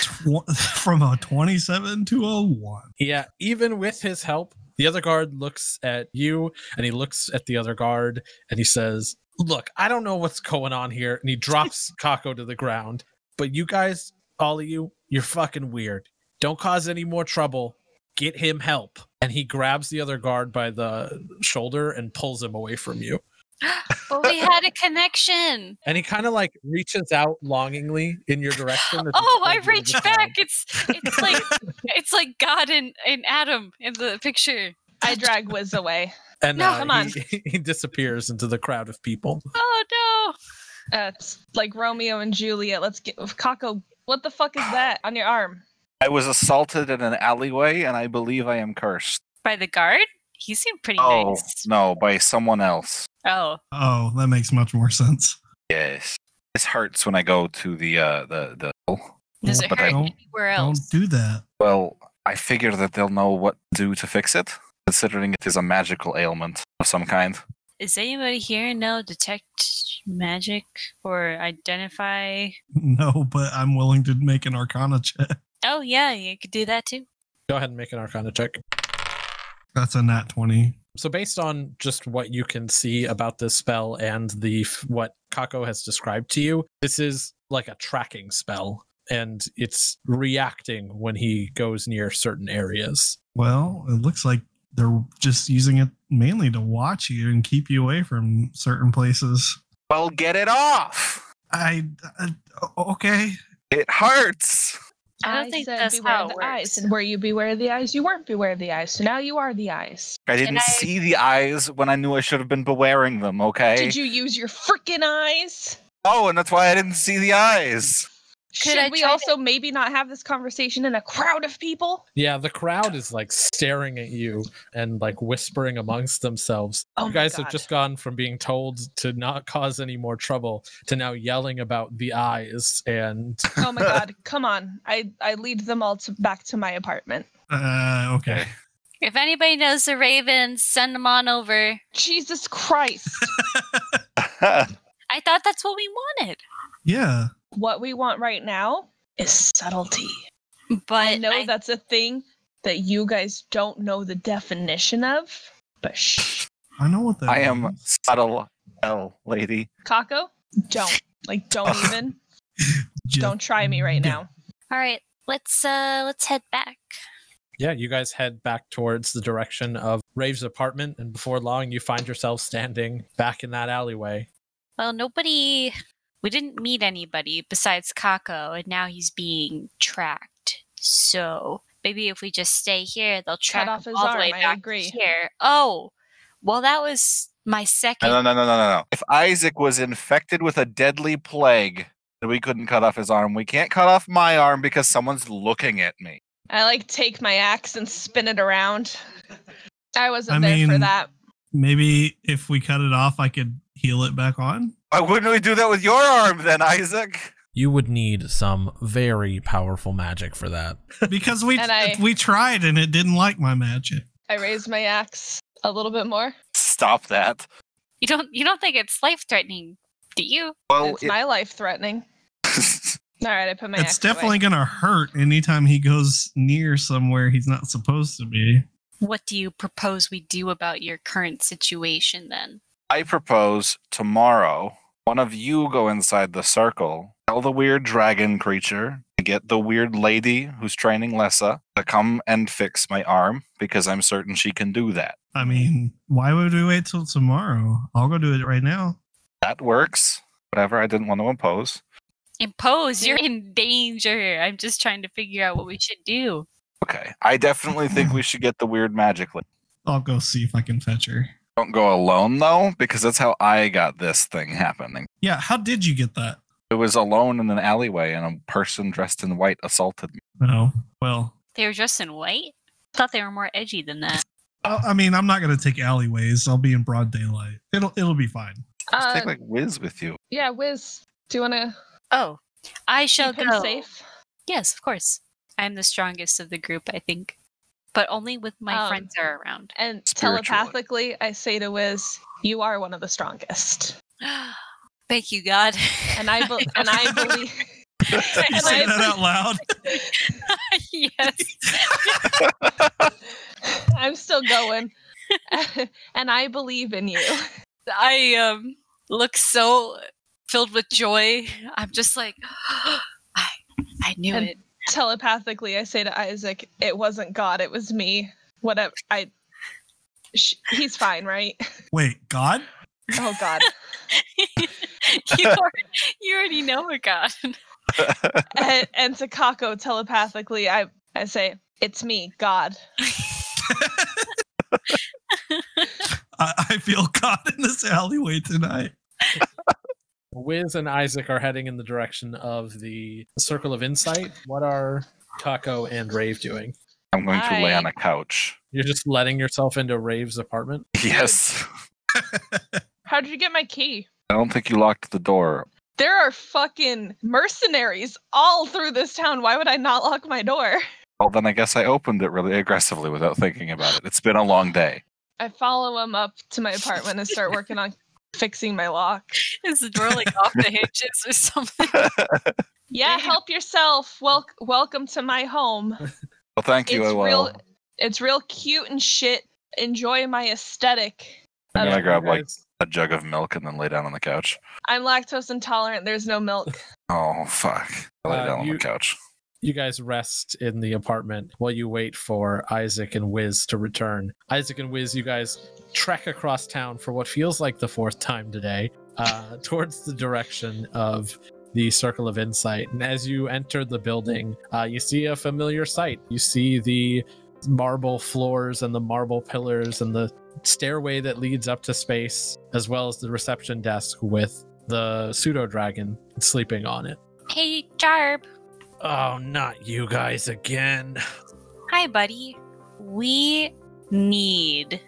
Speaker 8: Tw- from a 27 to a 1.
Speaker 4: Yeah, even with his help, the other guard looks at you, and he looks at the other guard, and he says, "Look, I don't know what's going on here." And he drops Kako to the ground. But you guys, all of you, you're fucking weird. Don't cause any more trouble. Get him help. And he grabs the other guard by the shoulder and pulls him away from you.
Speaker 5: but we had a connection.
Speaker 4: And he kind of like reaches out longingly in your direction. at the
Speaker 5: Oh,
Speaker 4: point
Speaker 5: I
Speaker 4: you were
Speaker 5: reached
Speaker 4: just
Speaker 5: back.
Speaker 4: on.
Speaker 5: It's it's like it's like God and, and Adam in the picture.
Speaker 7: I drag Wiz away.
Speaker 4: And
Speaker 5: No,
Speaker 4: uh,
Speaker 7: come on.
Speaker 4: He, he disappears into the crowd of people.
Speaker 5: Oh
Speaker 7: Uh, it's like Romeo and Juliet. Let's get Kako. What the fuck is that on your arm?
Speaker 2: I was assaulted in an alleyway, and I believe I am cursed.
Speaker 5: no! By the guard? He seemed pretty
Speaker 2: Oh
Speaker 5: nice.
Speaker 2: no, by someone else.
Speaker 5: Oh,
Speaker 8: Oh, that makes much more sense.
Speaker 2: Yes. This hurts when I go to the uh the the.
Speaker 5: does it
Speaker 2: But I
Speaker 5: hurt
Speaker 8: don't-
Speaker 5: anywhere else?
Speaker 8: Don't do that.
Speaker 2: Well, I figure that they'll know what to do to fix it, considering it is a magical ailment of some kind.
Speaker 5: Is anybody here know detect magic or identify?
Speaker 8: No, but I'm willing to make an arcana check.
Speaker 5: Oh yeah, you could do that too.
Speaker 4: Go ahead and make an arcana check.
Speaker 8: That's a nat 20.
Speaker 4: So based on just what you can see about this spell and the f- what Kako has described to you, this is like a tracking spell and it's reacting when he goes near certain areas.
Speaker 8: Well, it looks like they're just using it mainly to watch you and keep you away from certain places.
Speaker 2: Well, get it off.
Speaker 8: I, I okay.
Speaker 2: It hurts.
Speaker 5: I don't think
Speaker 7: said
Speaker 5: that's
Speaker 7: beware
Speaker 5: how
Speaker 7: the
Speaker 5: it
Speaker 7: eyes.
Speaker 5: works.
Speaker 7: And were you beware the eyes? You weren't beware the eyes. So now you are the eyes.
Speaker 2: I didn't
Speaker 5: I-
Speaker 2: see the eyes when I knew I should have been bewaring them. Okay.
Speaker 7: Did you use your freaking eyes?
Speaker 2: Oh, and that's why I didn't see the eyes.
Speaker 5: Could
Speaker 7: Should
Speaker 5: I
Speaker 7: we
Speaker 5: try to-
Speaker 7: also maybe not have this conversation in a crowd of people?
Speaker 4: Yeah, the crowd is like staring at you and like whispering amongst themselves.
Speaker 7: Oh
Speaker 4: you
Speaker 7: my
Speaker 4: guys have
Speaker 7: God.
Speaker 4: just gone from being told to not cause any more trouble to now yelling about the eyes and
Speaker 7: Oh my god, come on. I, I lead them all to, back to my apartment.
Speaker 8: Uh, okay.
Speaker 5: If anybody knows the ravens, send them on over.
Speaker 7: Jesus Christ.
Speaker 5: I thought that's what we wanted,
Speaker 8: yeah.
Speaker 7: what we want right now is subtlety.
Speaker 5: but
Speaker 7: I know
Speaker 5: I-
Speaker 7: that's a thing that you guys don't know the definition of, but shh.
Speaker 8: I know what that
Speaker 2: I am
Speaker 8: means.
Speaker 2: subtle L lady.
Speaker 7: Kako, don't. Like, don't even.
Speaker 8: Just-
Speaker 7: Don't try me right
Speaker 8: Yeah.
Speaker 7: now.
Speaker 5: All right, let's uh let's head back.
Speaker 4: Yeah, you guys head back towards the direction of Rave's apartment, and before long, you find yourself standing back in that alleyway.
Speaker 5: Well, nobody. We didn't meet anybody besides Kako, and now he's being tracked. So maybe if we just stay here, they'll track
Speaker 7: off
Speaker 5: him
Speaker 7: his
Speaker 5: all
Speaker 7: arm,
Speaker 5: the way
Speaker 7: I
Speaker 5: back to
Speaker 7: agree.
Speaker 5: here. Oh, well, that was my second.
Speaker 2: No, no, no, no, no, no. If Isaac was infected with a deadly plague, then we couldn't cut off his arm. We can't cut off my arm because someone's looking at me.
Speaker 7: I like take my axe and spin it around. I wasn't
Speaker 8: I
Speaker 7: there for
Speaker 8: mean-
Speaker 7: that.
Speaker 8: Maybe if we cut it off, I could heal it back on.
Speaker 2: Why wouldn't we do that with your arm then, Isaac?
Speaker 1: You would need some very powerful magic for that.
Speaker 8: Because we
Speaker 7: And I-
Speaker 8: we tried and it didn't like my magic.
Speaker 7: I raised my axe a little bit more.
Speaker 2: Stop that.
Speaker 5: You don't. You don't think it's life threatening, do you?
Speaker 2: Well,
Speaker 7: it's my life threatening.
Speaker 2: it-
Speaker 7: All right, I put my axe.
Speaker 8: it's
Speaker 7: away.
Speaker 8: definitely gonna hurt anytime he goes near somewhere he's not supposed to be.
Speaker 5: What do you propose we do about your current situation then?
Speaker 2: I propose tomorrow one of you go inside the circle, tell the weird dragon creature to get the weird lady who's training Lessa to come and fix my arm because I'm certain she can do that.
Speaker 8: I mean, why would we wait till tomorrow? I'll go do it right now.
Speaker 2: That works. Whatever, I didn't want to impose.
Speaker 5: Impose. You're in danger. I'm just trying to figure out what we should do.
Speaker 2: Okay. I definitely think we should get the weird magic lady.
Speaker 8: I'll go see if I can fetch her.
Speaker 2: Don't go alone though, because that's how I got this thing happening.
Speaker 8: Yeah, how did you get that?
Speaker 2: I was alone in an alleyway and a person dressed in white assaulted me.
Speaker 8: No. Oh, Well,
Speaker 5: They were dressed in white. Thought they were more edgy than that.
Speaker 8: I I mean, I'm not gonna take alleyways. I'll be in broad daylight. It'll it'll be fine.
Speaker 2: Just
Speaker 7: Uh,
Speaker 2: take like whiz with you.
Speaker 7: yeah, Wiz, do you want to
Speaker 5: Oh, I shall
Speaker 7: keep him
Speaker 5: go.
Speaker 7: safe?
Speaker 5: Yes, of course. I'm the strongest of the group, I think, but only with my
Speaker 7: Um,
Speaker 5: friends are around.
Speaker 7: And
Speaker 2: Spiritually.
Speaker 7: telepathically, I say to Wiz, "You are one of the strongest."
Speaker 5: Thank you, God.
Speaker 7: And I be- and I believe.
Speaker 8: You
Speaker 5: And
Speaker 8: say
Speaker 5: I-
Speaker 8: that out loud.
Speaker 5: yes.
Speaker 7: I'm still going, and I believe in you.
Speaker 5: I um look so filled with joy. I'm just like, I, I knew
Speaker 7: And-
Speaker 5: it.
Speaker 7: Telepathically, I say to Isaac, "It wasn't God. It was me. Whatever. I. Sh- he's fine, right?
Speaker 8: Wait, God?
Speaker 7: Oh God.
Speaker 5: you, are, you already know a god.
Speaker 7: and, and to Kako telepathically, I I say, "It's me, God."
Speaker 8: I, I feel caught in this alleyway tonight.
Speaker 4: Wiz and Isaac are heading in the direction of the Circle of Insight. What are Kako and Rave doing?
Speaker 2: I'm going to lay
Speaker 5: I-
Speaker 2: on a couch.
Speaker 4: You're just letting yourself into Rave's apartment?
Speaker 2: Yes.
Speaker 7: How did you get my key?
Speaker 2: I don't think you locked the door.
Speaker 7: There are fucking mercenaries all through this town. Why would I not lock my door?
Speaker 2: Well, then I guess I opened it really aggressively without thinking about it. It's been a long day.
Speaker 7: I follow him up to my apartment and start working on fixing my lock.
Speaker 5: Is it rolling off the hinges or something?
Speaker 7: Yeah,
Speaker 5: Damn.
Speaker 7: help yourself. Wel- welcome to my home.
Speaker 2: Well, thank you.
Speaker 7: It's
Speaker 2: I will.
Speaker 7: real- It's real cute and shit. Enjoy my aesthetic.
Speaker 2: I'm
Speaker 7: Okay.
Speaker 2: gonna grab like
Speaker 4: Guys,
Speaker 2: a jug of milk and then lay down on the couch.
Speaker 7: I'm lactose intolerant. There's no milk.
Speaker 2: Oh fuck! I lay
Speaker 4: Uh,
Speaker 2: down on
Speaker 4: you-
Speaker 2: the couch.
Speaker 4: you guys rest in the apartment while you wait for Isaac and Wiz to return. Isaac and Wiz, you guys trek across town for what feels like the fourth time today uh, towards the direction of the Circle of Insight. And as you enter the building, uh, you see a familiar sight. You see the marble floors and the marble pillars and the stairway that leads up to space, as well as the reception desk with the pseudo dragon sleeping on it.
Speaker 5: hey, Jarb.
Speaker 6: Oh, not you guys again.
Speaker 5: Hi, buddy. We need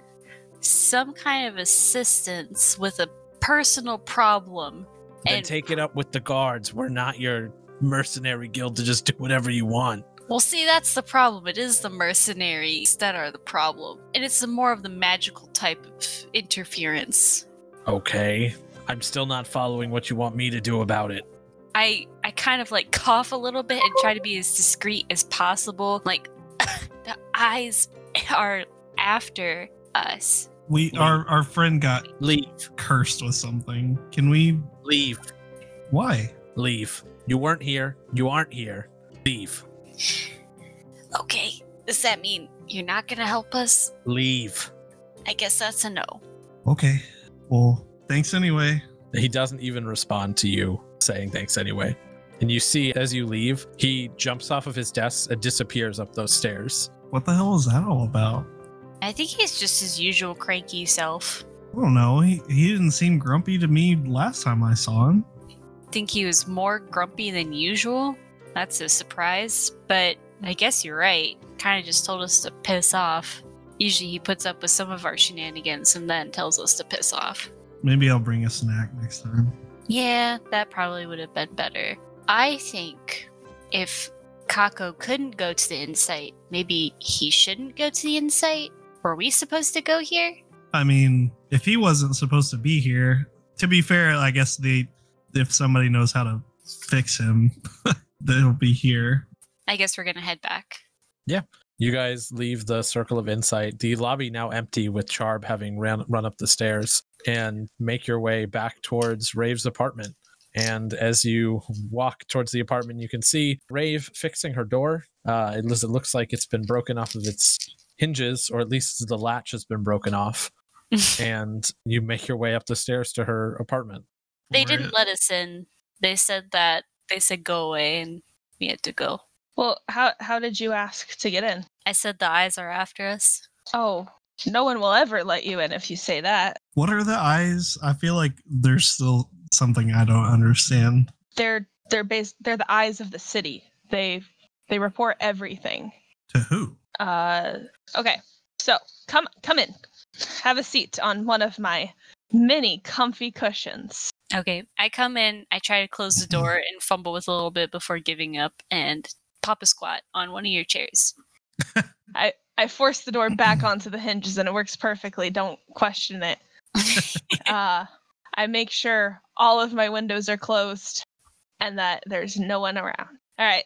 Speaker 5: some kind of assistance with a personal problem.
Speaker 6: Then
Speaker 5: And-
Speaker 6: take it up with the guards. We're not your mercenary guild to just do whatever you want.
Speaker 5: Well, see, that's the problem. It is the mercenaries that are the problem, and it's the more of the magical type of interference.
Speaker 6: Okay. I'm still not following what you want me to do about it.
Speaker 5: I I kind of like cough a little bit and try to be as discreet as possible. Like the eyes are after us.
Speaker 8: We our our friend got
Speaker 6: Leave.
Speaker 8: cursed with something. Can we?
Speaker 6: Leave.
Speaker 8: Why?
Speaker 6: Leave. You weren't here. You aren't here. Leave.
Speaker 5: Okay, does that mean you're not gonna help us?
Speaker 6: Leave.
Speaker 5: I guess that's a no.
Speaker 8: Okay. Well, thanks anyway.
Speaker 4: He doesn't even respond to you saying thanks anyway. And you see as you leave, he jumps off of his desk and disappears up those stairs.
Speaker 8: What the hell was that all about?
Speaker 5: I think he's just his usual cranky self.
Speaker 8: I don't know. He he didn't seem grumpy to me last time I saw him.
Speaker 5: Think he was more grumpy than usual. That's a surprise, but I guess you're right. Kind of just told us to piss off. Usually he puts up with some of our shenanigans and then tells us to piss off.
Speaker 8: Maybe I'll bring a snack next time.
Speaker 5: Yeah, that probably would have been better. I think if Kako couldn't go to the Insight, maybe he shouldn't go to the Insight? Were we supposed to go here?
Speaker 8: I mean, if he wasn't supposed to be here, to be fair, I guess the if somebody knows how to fix him, they'll be here.
Speaker 5: I guess we're gonna head back.
Speaker 4: You guys leave the circle of insight, the lobby now empty with Charb having ran, run up the stairs, and make your way back towards Rave's apartment. And as you walk towards the apartment, you can see Rave fixing her door. Uh, it, looks- it looks like it's been broken off of its hinges, or at least the latch has been broken off. and you make your way up the stairs to her apartment.
Speaker 5: They
Speaker 8: Or-
Speaker 5: didn't let us in. They said that they said go away and we had to go.
Speaker 7: Well, how how did you ask to get in?
Speaker 5: I said the eyes are after us.
Speaker 7: Oh, no one will ever let you in if you say that.
Speaker 8: What are the eyes? I feel like there's still something I don't understand.
Speaker 7: They're they're based they're the eyes of the city. They they report everything.
Speaker 8: To who?
Speaker 7: Uh, okay. So come come in. Have a seat on one of my many comfy cushions.
Speaker 5: Okay, I come in, I try to close the door and fumble with a little bit before giving up and pop a squat on one of your chairs.
Speaker 7: I force the door back onto the hinges and it works perfectly. Don't question it. Uh, I make sure all of my windows are closed and that there's no one around. All right.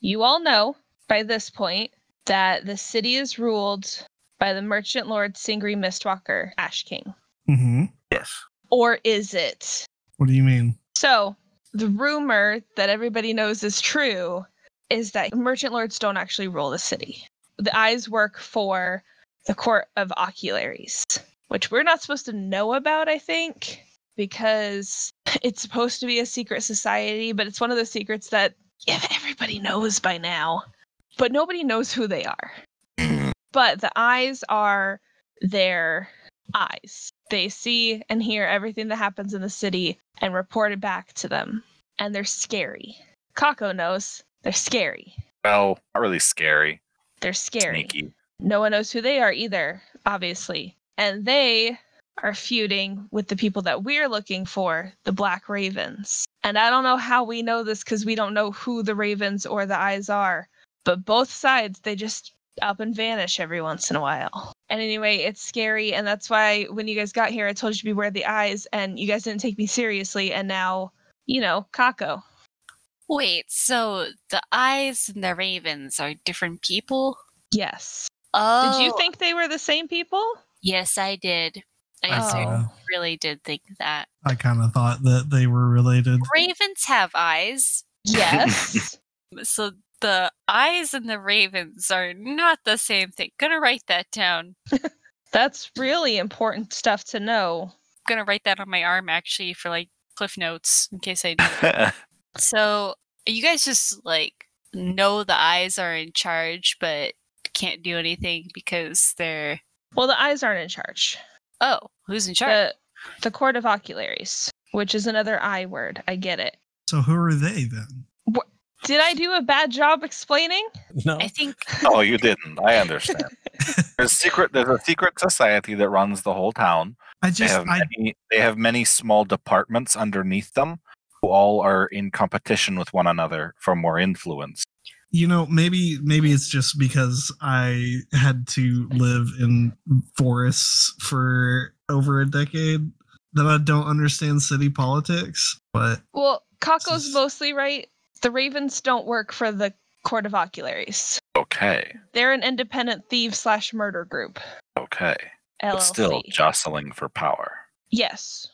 Speaker 7: You all know by this point that the city is ruled by the merchant lord Singri Mistwalker, Ash King.
Speaker 8: Mm-hmm.
Speaker 2: Yes.
Speaker 7: Or is it?
Speaker 8: What do you mean?
Speaker 7: So, the rumor that everybody knows is true is that merchant lords don't actually rule the city. The eyes work for the court of ocularies. which we're not supposed to know about, I think, because it's supposed to be a secret society, but it's one of those secrets that yeah, everybody knows by now, but nobody knows who they are.
Speaker 4: Mm.
Speaker 7: but the eyes are their eyes. They see and hear everything that happens in the city and report it back to them. And they're scary. Kako knows they're scary.
Speaker 2: Well, not really scary.
Speaker 7: They're scary.
Speaker 2: Sneaky.
Speaker 7: No one knows who they are either, obviously. And they are feuding with the people that we're looking for, the Black Ravens. And I don't know how we know this because we don't know who the Ravens or the Eyes are, but both sides, they just up and vanish every once in a while. And anyway, it's scary. And that's why when you guys got here, I told you to beware the eyes, and you guys didn't take me seriously. And now, you know, Kako.
Speaker 5: Wait, so the eyes and the ravens are different people?
Speaker 7: Yes.
Speaker 5: Oh,
Speaker 7: Did you think they were the same people?
Speaker 5: Yes, I did. I
Speaker 7: Oh.
Speaker 5: certainly
Speaker 8: Yeah.
Speaker 5: really did think that.
Speaker 8: Uh, I kind of thought that they were related.
Speaker 5: Ravens have eyes,
Speaker 7: Yes.
Speaker 5: so the eyes and the ravens are not the same thing. Gonna write that down.
Speaker 7: that's really important stuff to know.
Speaker 5: Gonna write that on my arm actually for like cliff notes in case I. So you guys just like know the eyes are in charge, but can't do anything because they're
Speaker 7: Well, the eyes aren't in charge.
Speaker 5: oh, who's in charge?
Speaker 7: The, the court of ocularies, which is another I word. I get it.
Speaker 8: So who are they then?
Speaker 7: Did I do a bad job explaining?
Speaker 4: No.
Speaker 5: I think
Speaker 2: No, Oh, you didn't. I understand. There's secret. There's a secret society that runs the whole town.
Speaker 8: I
Speaker 2: They
Speaker 8: just
Speaker 2: have
Speaker 8: I
Speaker 2: many. They have many small departments underneath them, who all are in competition with one another for more influence.
Speaker 8: you know maybe maybe it's just because i had to live in forests for over a decade that i don't understand city politics but
Speaker 7: Well,
Speaker 8: This
Speaker 7: Kako's
Speaker 8: is-
Speaker 7: mostly right. The ravens don't work for the court of ocularies.
Speaker 2: Okay,
Speaker 7: They're an independent thief slash murder group.
Speaker 2: okay,
Speaker 7: LLC.
Speaker 2: but still jostling for power.
Speaker 7: yes.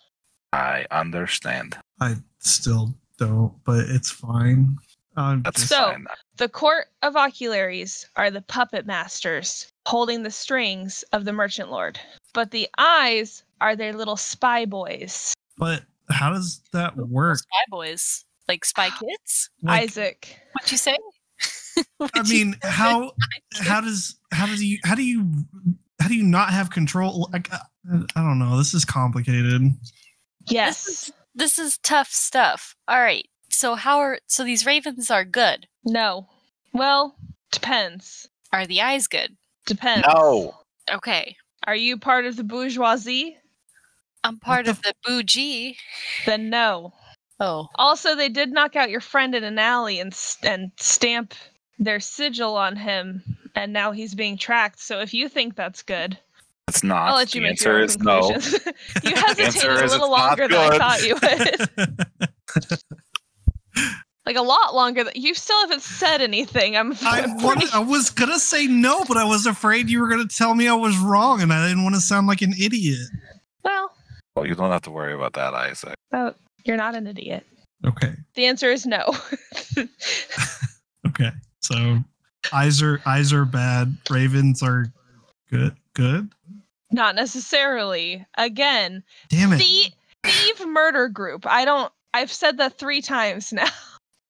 Speaker 2: I understand.
Speaker 8: i still don't but it's fine I'm
Speaker 2: That's
Speaker 8: just-
Speaker 7: So-
Speaker 2: fine.
Speaker 7: The court of ocularies are the puppet masters holding the strings of the merchant lord, but the eyes are their little spy boys.
Speaker 8: but how does that work
Speaker 5: Spy Boys, like Spy Kids.
Speaker 8: Like,
Speaker 7: Isaac.
Speaker 5: What'd you say?
Speaker 8: i
Speaker 5: What'd you
Speaker 8: mean how how does how does you how do you how do you not have control like i I don't know this is complicated
Speaker 7: Yes.
Speaker 5: is- this is tough stuff. All right. So how are so these ravens are good?
Speaker 7: No. Well, depends.
Speaker 5: Are the eyes good?
Speaker 7: Depends.
Speaker 2: No.
Speaker 5: Okay.
Speaker 7: Are you part of the bourgeoisie?
Speaker 5: I'm part of the bougie.
Speaker 7: Then no.
Speaker 5: Oh.
Speaker 7: Also, they did knock out your friend in an alley and s- and stamp their sigil on him, and now he's being tracked. So if you think that's good,
Speaker 2: It's not.
Speaker 7: I'll let you
Speaker 2: the
Speaker 7: make
Speaker 2: answer
Speaker 7: your own
Speaker 2: is no.
Speaker 7: conclusions. you
Speaker 2: answer
Speaker 7: hesitated a
Speaker 2: is
Speaker 7: little
Speaker 2: it's not
Speaker 7: longer than I
Speaker 2: good.
Speaker 7: thought you would. like a lot longer. Than- you still haven't said anything. I'm.
Speaker 8: I,
Speaker 7: I'm
Speaker 8: wanted,
Speaker 7: pretty-
Speaker 8: I was gonna say no, but I was afraid you were gonna tell me I was wrong, and I didn't want to sound like an idiot.
Speaker 7: well,
Speaker 2: Well, you don't have to worry about that, Isaac.
Speaker 7: oh, you're not an idiot.
Speaker 8: Okay,
Speaker 7: The answer is no.
Speaker 8: okay. So eyes are eyes are bad. Ravens are good. Good.
Speaker 7: Not necessarily. Again,
Speaker 8: Damn it.
Speaker 7: the thief murder group. I don't. I've said that three times now.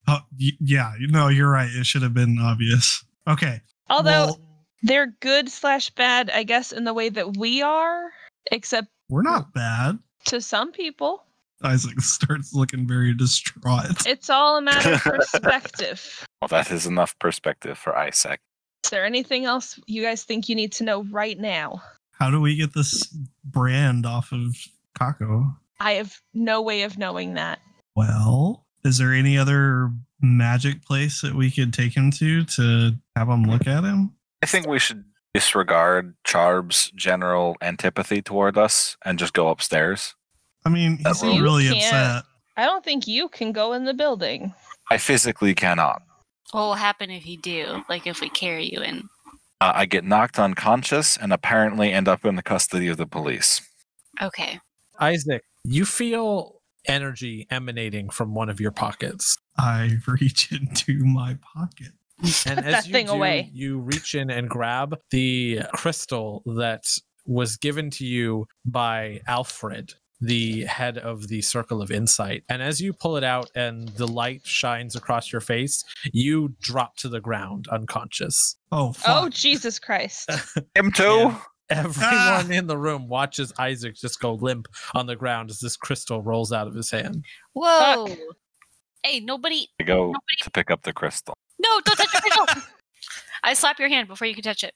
Speaker 8: Oh, y- yeah. No, you're right. It should have been obvious. Okay.
Speaker 7: Although
Speaker 8: well,
Speaker 7: they're good slash bad, I guess, in the way that we are, except
Speaker 8: we're not bad.
Speaker 7: to some people,
Speaker 8: Isaac starts looking very distraught.
Speaker 7: it's all a matter of perspective.
Speaker 2: Well, that is enough perspective for Isaac.
Speaker 7: Is there anything else you guys think you need to know right now?
Speaker 8: How do we get this brand off of Kako?
Speaker 7: I have no way of knowing that.
Speaker 8: Well, is there any other magic place that we could take him to to have him look at him?
Speaker 2: I think we should disregard Charb's general antipathy toward us and just go upstairs.
Speaker 8: I mean, he
Speaker 2: That
Speaker 8: seemed
Speaker 2: will-
Speaker 8: really
Speaker 7: Oh, You can't.
Speaker 8: upset.
Speaker 7: I don't think you can go in the building.
Speaker 2: I physically cannot.
Speaker 5: What will happen if you do? Like if we carry you in?
Speaker 2: Uh, I get knocked unconscious and apparently end up in the custody of the police.
Speaker 5: Okay.
Speaker 4: Isaac, you feel energy emanating from one of your pockets.
Speaker 8: I reach into my pocket.
Speaker 4: And
Speaker 7: That
Speaker 4: as you
Speaker 7: thing
Speaker 4: do,
Speaker 7: away.
Speaker 4: you reach in and grab the crystal that was given to you by Alfred, the head of the Circle of Insight. And as you pull it out and the light shines across your face, you drop to the ground unconscious.
Speaker 8: Oh,
Speaker 7: Oh,
Speaker 8: fuck.
Speaker 7: Jesus Christ.
Speaker 2: Him too?
Speaker 4: Yeah. Everyone
Speaker 8: Ah.
Speaker 4: in the room watches Isaac just go limp on the ground as this crystal rolls out of his hand.
Speaker 5: Whoa. Hey, nobody.
Speaker 2: I go
Speaker 5: Nobody-
Speaker 2: to pick up the crystal.
Speaker 5: No, don't touch it. no. I slap your hand before you can touch it.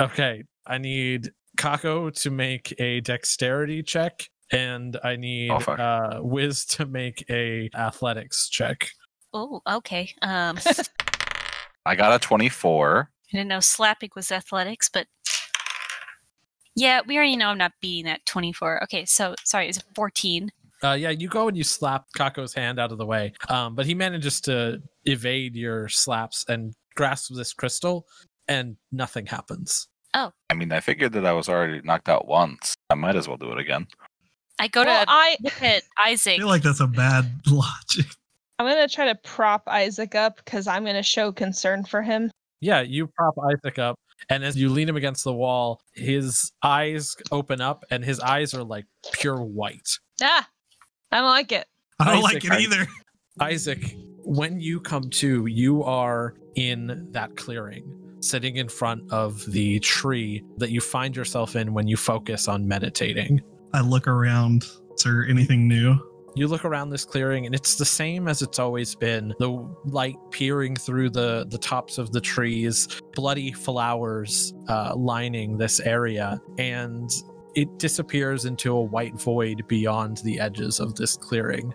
Speaker 4: Okay, I need Kako to make a dexterity check, and I need
Speaker 2: Oh, fuck.
Speaker 4: uh, Wiz to make a athletics check.
Speaker 5: Oh, okay. Um, I
Speaker 2: I got a 24.
Speaker 5: didn't know slapping was athletics, but yeah, we already know I'm not beating that 24. Okay, so sorry, it's 14.
Speaker 4: Uh, yeah, you go and you slap Kako's hand out of the way, um, but he manages to evade your slaps and grasp this crystal, and nothing happens.
Speaker 2: I mean, I figured that I was already knocked out once. I might as well do it again.
Speaker 5: I go
Speaker 7: well,
Speaker 5: to
Speaker 7: I
Speaker 5: look at
Speaker 8: I
Speaker 5: Isaac.
Speaker 8: feel like that's a bad logic.
Speaker 7: I'm gonna try to prop Isaac up because I'm gonna show concern for him.
Speaker 4: Yeah, you prop Isaac up, and as you lean him against the wall, his eyes open up, and his eyes are like pure white.
Speaker 7: Ah, I don't like it.
Speaker 8: I don't
Speaker 4: Isaac,
Speaker 8: like it
Speaker 4: I-
Speaker 8: either.
Speaker 4: Isaac, when you come to, you are in that clearing, sitting in front of the tree that you find yourself in when you focus on meditating.
Speaker 8: I look around. Is there anything new?
Speaker 4: You look around this clearing and it's the same as it's always been. The light peering through the, the tops of the trees, bloody flowers uh, lining this area, and it disappears into a white void beyond the edges of this clearing.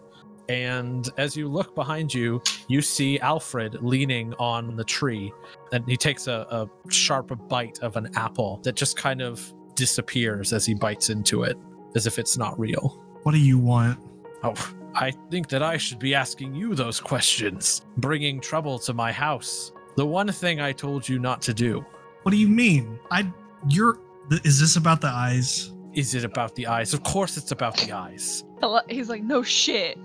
Speaker 4: And as you look behind you, you see Alfred leaning on the tree, and he takes a, a sharp bite of an apple that just kind of disappears as he bites into it, as if it's not real.
Speaker 8: What do you want?
Speaker 4: Oh, I think that I should be asking you those questions, bringing trouble to my house. The one thing I told you not to do.
Speaker 8: What do you mean? I. You're. th- Is this about the eyes?
Speaker 4: Is it about the eyes? Of course it's about the eyes.
Speaker 7: I lo- He's like, no shit.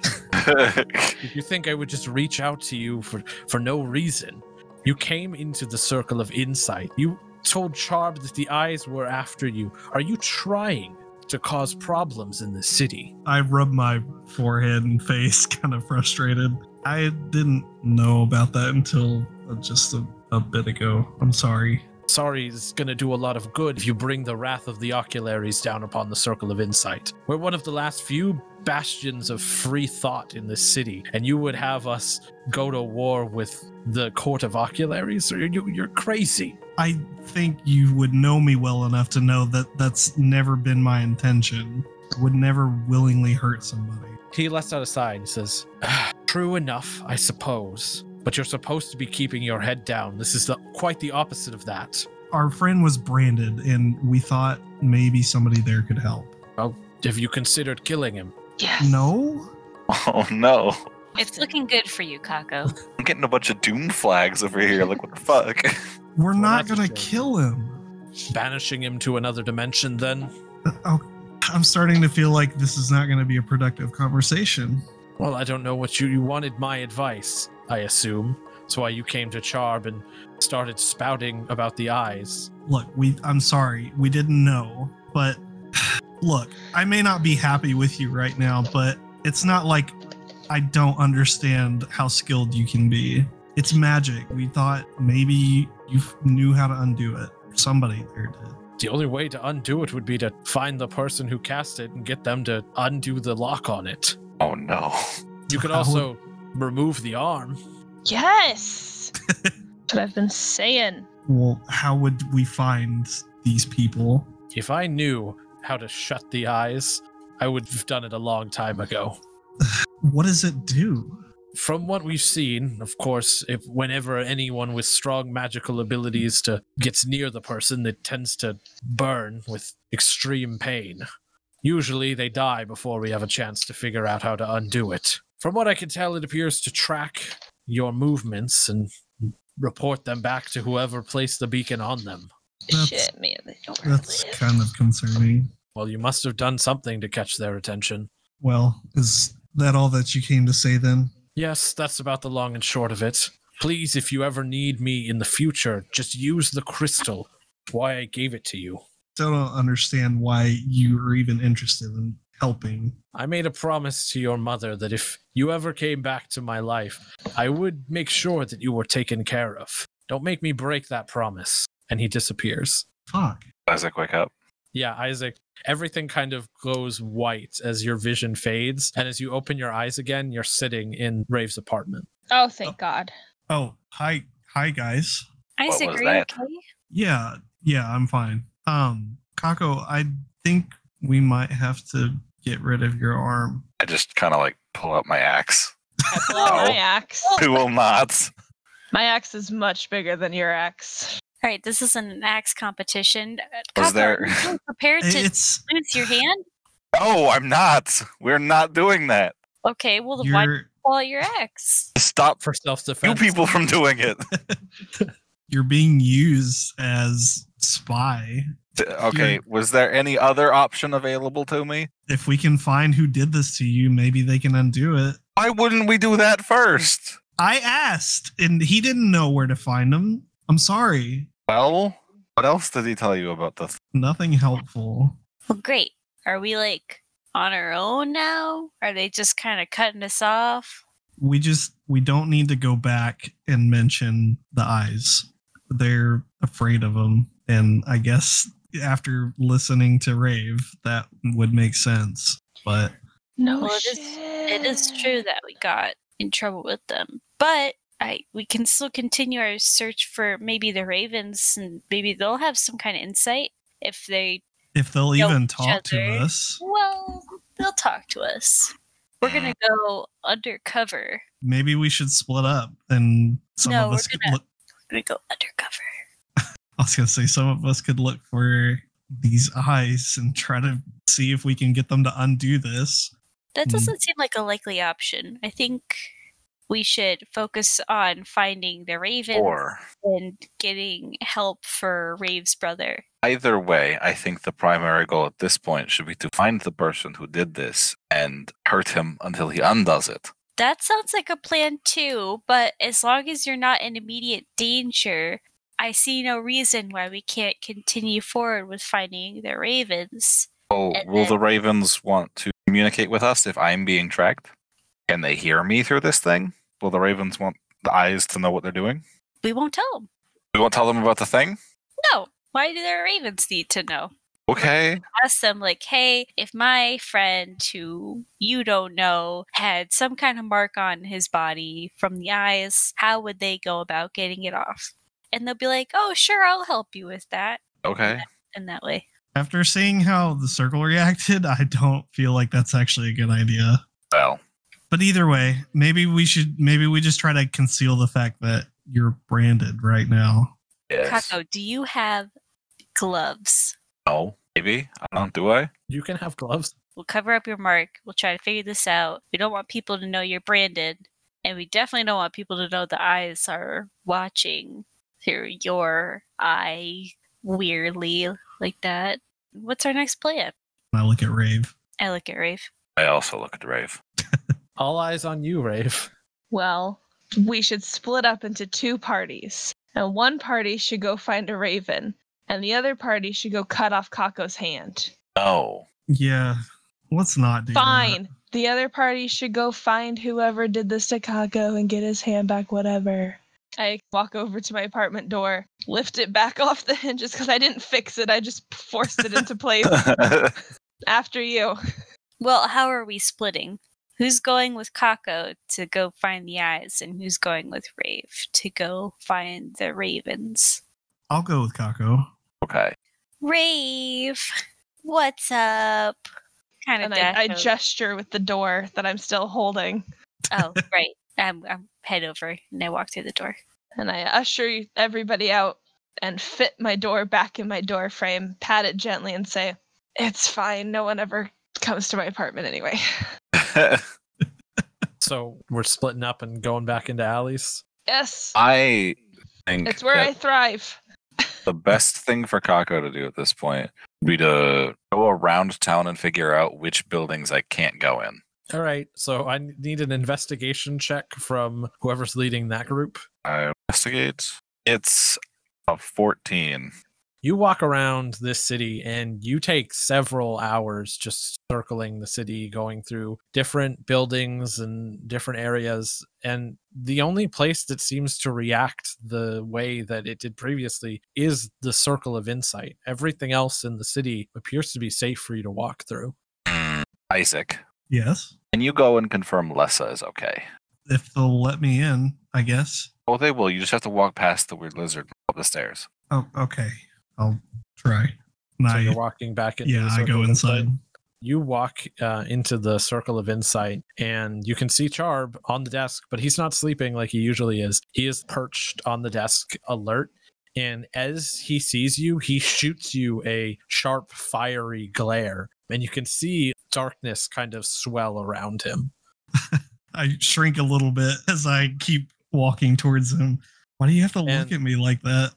Speaker 4: Did you think I would just reach out to you for, for no reason? You came into the circle of insight. You told Charb that the eyes were after you. Are you trying to cause problems in the city?
Speaker 8: I rub my forehead and face, kind of frustrated. I didn't know about that until uh, just a, a bit ago. I'm sorry.
Speaker 4: Sorry is going to do a lot of good if you bring the wrath of the ocularies down upon the circle of insight. We're one of the last few bastions of free thought in this city, and you would have us go to war with the court of ocularies? Are you, you're crazy.
Speaker 8: I think you would know me well enough to know that that's never been my intention. I would never willingly hurt somebody.
Speaker 4: He lets out a sigh and says, "Ah, True enough, I suppose. But you're supposed to be keeping your head down. This is the, quite the opposite of that.
Speaker 8: Our friend was branded, and we thought maybe somebody there could help.
Speaker 4: Have you considered killing him?
Speaker 7: Yes.
Speaker 8: No?
Speaker 2: oh no.
Speaker 5: It's looking good for you, Kako.
Speaker 2: I'm getting a bunch of doom flags over here. Like, what the fuck?
Speaker 8: We're
Speaker 4: Well,
Speaker 8: not
Speaker 4: that's a
Speaker 8: gonna
Speaker 4: shame.
Speaker 8: kill him.
Speaker 4: Banishing him to another dimension, then?
Speaker 8: Oh, I'm starting to feel like this is not gonna be a productive conversation.
Speaker 4: Well, I don't know what you, you wanted my advice, I assume. That's why you came to Charb and started spouting about the eyes.
Speaker 8: Look, we I'm sorry, we didn't know, but look, I may not be happy with you right now, but it's not like I don't understand how skilled you can be. It's magic. We thought maybe you f- knew how to undo it. Somebody there did.
Speaker 4: The only way to undo it would be to find the person who cast it and get them to undo the lock on it.
Speaker 2: Oh no.
Speaker 4: You could
Speaker 8: How would-
Speaker 4: also remove the arm.
Speaker 7: Yes. That's what I've been saying.
Speaker 8: Well, how would we find these people?
Speaker 4: If I knew how to shut the eyes, I would have done it a long time ago.
Speaker 8: What does it do?
Speaker 4: From what we've seen, of course, if whenever anyone with strong magical abilities to gets near the person, it tends to burn with extreme pain. Usually they die before we have a chance to figure out how to undo it. From what I can tell, it appears to track your movements and report them back to whoever placed the beacon on them.
Speaker 8: That's-
Speaker 7: shit, man. They don't really
Speaker 8: That's kind of concerning.
Speaker 4: Well, you must have done something to catch their attention.
Speaker 8: Well, is that all that you came to say then?
Speaker 4: Yes, that's about the long and short of it. Please, if you ever need me in the future, just use the crystal. Why I gave it to you.
Speaker 8: Still don't understand why you are even interested in helping.
Speaker 4: I made a promise to your mother that if you ever came back to my life, I would make sure that you were taken care of. Don't make me break that promise. And he disappears.
Speaker 8: Fuck.
Speaker 2: Isaac, wake up.
Speaker 4: Yeah, Isaac, everything kind of goes white as your vision fades. And as you open your eyes again, you're sitting in Rave's apartment.
Speaker 7: Oh, thank God.
Speaker 8: Oh, hi, hi guys.
Speaker 5: Isaac,
Speaker 2: was
Speaker 5: are you
Speaker 2: that?
Speaker 5: okay?
Speaker 8: Yeah, yeah, I'm fine. Um, Kako, I think we might have to get rid of your arm.
Speaker 2: I just kind of like pull out my axe.
Speaker 7: I pull out
Speaker 2: Oh.
Speaker 7: my axe.
Speaker 2: Who will not?
Speaker 7: My axe is much bigger than your axe.
Speaker 5: All right, this isn't an axe competition. Uh,
Speaker 2: Was
Speaker 5: Kaka,
Speaker 2: there-
Speaker 5: are you prepared to
Speaker 8: It's
Speaker 5: lose your hand?
Speaker 2: No, I'm not. We're not doing that.
Speaker 5: Okay, well, then why
Speaker 8: you're
Speaker 5: pull out your axe?
Speaker 2: Stop
Speaker 4: For self
Speaker 2: you
Speaker 4: defense,
Speaker 2: people from doing it.
Speaker 8: you're being used as spy.
Speaker 2: T- Okay, was there any other option available to me?
Speaker 8: If we can find who did this to you, maybe they can undo it.
Speaker 2: Why wouldn't we do that first?
Speaker 8: I asked, and he didn't know where to find him. I'm sorry.
Speaker 2: Well, what else did he tell you about the?
Speaker 8: Nothing helpful.
Speaker 5: Well, great. Are we like on our own now? Are they just kind of cutting us off?
Speaker 8: We just we don't need to go back and mention the eyes. They're afraid of him, and I guess after listening to Rave, that would make sense. But
Speaker 7: No
Speaker 5: Well, it is- It is true that we got in trouble with them, but I we can still continue our search for maybe the ravens, and maybe they'll have some kind of insight if they.
Speaker 8: if they'll
Speaker 5: Yo,
Speaker 8: even talk to
Speaker 5: Cheddar.
Speaker 8: us,
Speaker 5: Well, they'll talk to us. We're gonna go undercover.
Speaker 8: maybe we should split up and some
Speaker 5: No,
Speaker 8: of
Speaker 5: we're
Speaker 8: us could
Speaker 5: gonna-
Speaker 8: look
Speaker 5: We're gonna go undercover.
Speaker 8: I was gonna say some of us could look for these eyes and try to see if we can get them to undo this.
Speaker 5: That
Speaker 8: Hmm.
Speaker 5: doesn't seem like a likely option. I think we should focus on finding the ravens.
Speaker 2: Or
Speaker 5: and getting help for Rave's brother.
Speaker 2: either way, I think the primary goal at this point should be to find the person who did this and hurt him until he undoes it.
Speaker 5: That sounds like a plan too, but as long as you're not in immediate danger, I see no reason why we can't continue forward with finding the ravens.
Speaker 2: Oh,
Speaker 5: And
Speaker 2: will the
Speaker 5: then-
Speaker 2: ravens want to communicate with us if I'm being tracked? Can they hear me through this thing? Will the ravens want the eyes to know what they're doing?
Speaker 5: We won't tell them.
Speaker 2: We won't tell them about the thing.
Speaker 5: No. Why do the ravens need to know?
Speaker 2: Okay.
Speaker 5: Ask them, like, hey, if my friend who you don't know had some kind of mark on his body from the eyes, how would they go about getting it off? And they'll be like, oh, sure, I'll help you with that.
Speaker 2: Okay.
Speaker 5: in that way.
Speaker 8: After seeing how the circle reacted, I don't feel like that's actually a good idea.
Speaker 2: Well,
Speaker 8: But either way, maybe we should maybe we just try to conceal the fact that you're branded right now.
Speaker 2: yes.
Speaker 5: Kako, do you have gloves?
Speaker 2: No. Maybe. I don't. Do I?
Speaker 4: you can have gloves.
Speaker 5: We'll cover up your mark. We'll try to figure this out. We don't want people to know you're branded, and we definitely don't want people to know the eyes are watching through your eye weirdly like that. What's our next plan?
Speaker 8: And I look at Rave.
Speaker 5: I look at Rafe.
Speaker 2: I also look at the rave.
Speaker 4: All eyes on you, Rave.
Speaker 7: Well, we should split up into two parties. And one party should go find a raven, and the other party should go cut off Kako's hand.
Speaker 2: No.
Speaker 8: Yeah, let's not do that.
Speaker 7: Fine. The other party should go find whoever did this to Kako and get his hand back, whatever. I walk over to my apartment door, lift it back off the hinges because I didn't fix it. I just forced it into place after you.
Speaker 5: Well, how are we splitting? Who's going with Kako to go find the eyes, and who's going with Rave to go find the ravens?
Speaker 8: I'll go with Kako.
Speaker 2: okay.
Speaker 5: Rave, what's up? Kind of.
Speaker 7: And I, I gesture with the door that I'm still holding.
Speaker 5: oh, right. Um, I'm head over and I walk through the door.
Speaker 7: and I usher everybody out and fit my door back in my door frame, pat it gently, and say, It's fine. No one ever comes to my apartment anyway.
Speaker 4: So we're splitting up and going back into alleys.
Speaker 7: Yes,
Speaker 2: I think
Speaker 7: it's where
Speaker 2: that
Speaker 7: I thrive.
Speaker 2: the best thing for Kako to do at this point would be to go around town and figure out which buildings I can't go in.
Speaker 4: All right. So I need an investigation check from whoever's leading that group.
Speaker 2: I investigate. It's a 14.
Speaker 4: You walk around this city and you take several hours just circling the city, going through different buildings and different areas. And the only place that seems to react the way that it did previously is the circle of insight. Everything else in the city appears to be safe for you to walk through.
Speaker 2: Hmm, Isaac,
Speaker 8: Yes.
Speaker 2: and you go and confirm Lessa is okay.
Speaker 8: If they'll let me in, I guess.
Speaker 2: Oh, they will. You just have to walk past the weird lizard up the stairs.
Speaker 8: Oh, okay. I'll try. And
Speaker 4: So you're
Speaker 8: I,
Speaker 4: walking back into
Speaker 8: yeah,
Speaker 4: the
Speaker 8: I
Speaker 4: circle
Speaker 8: go
Speaker 4: of insight.
Speaker 8: inside.
Speaker 4: you walk uh, into the circle of insight and you can see charb on the desk but he's not sleeping like he usually is he is perched on the desk alert and as he sees you he shoots you a sharp fiery glare and you can see darkness kind of swell around him
Speaker 8: I shrink a little bit as I keep walking towards him. Why do you have to
Speaker 4: And-
Speaker 8: look at me like that?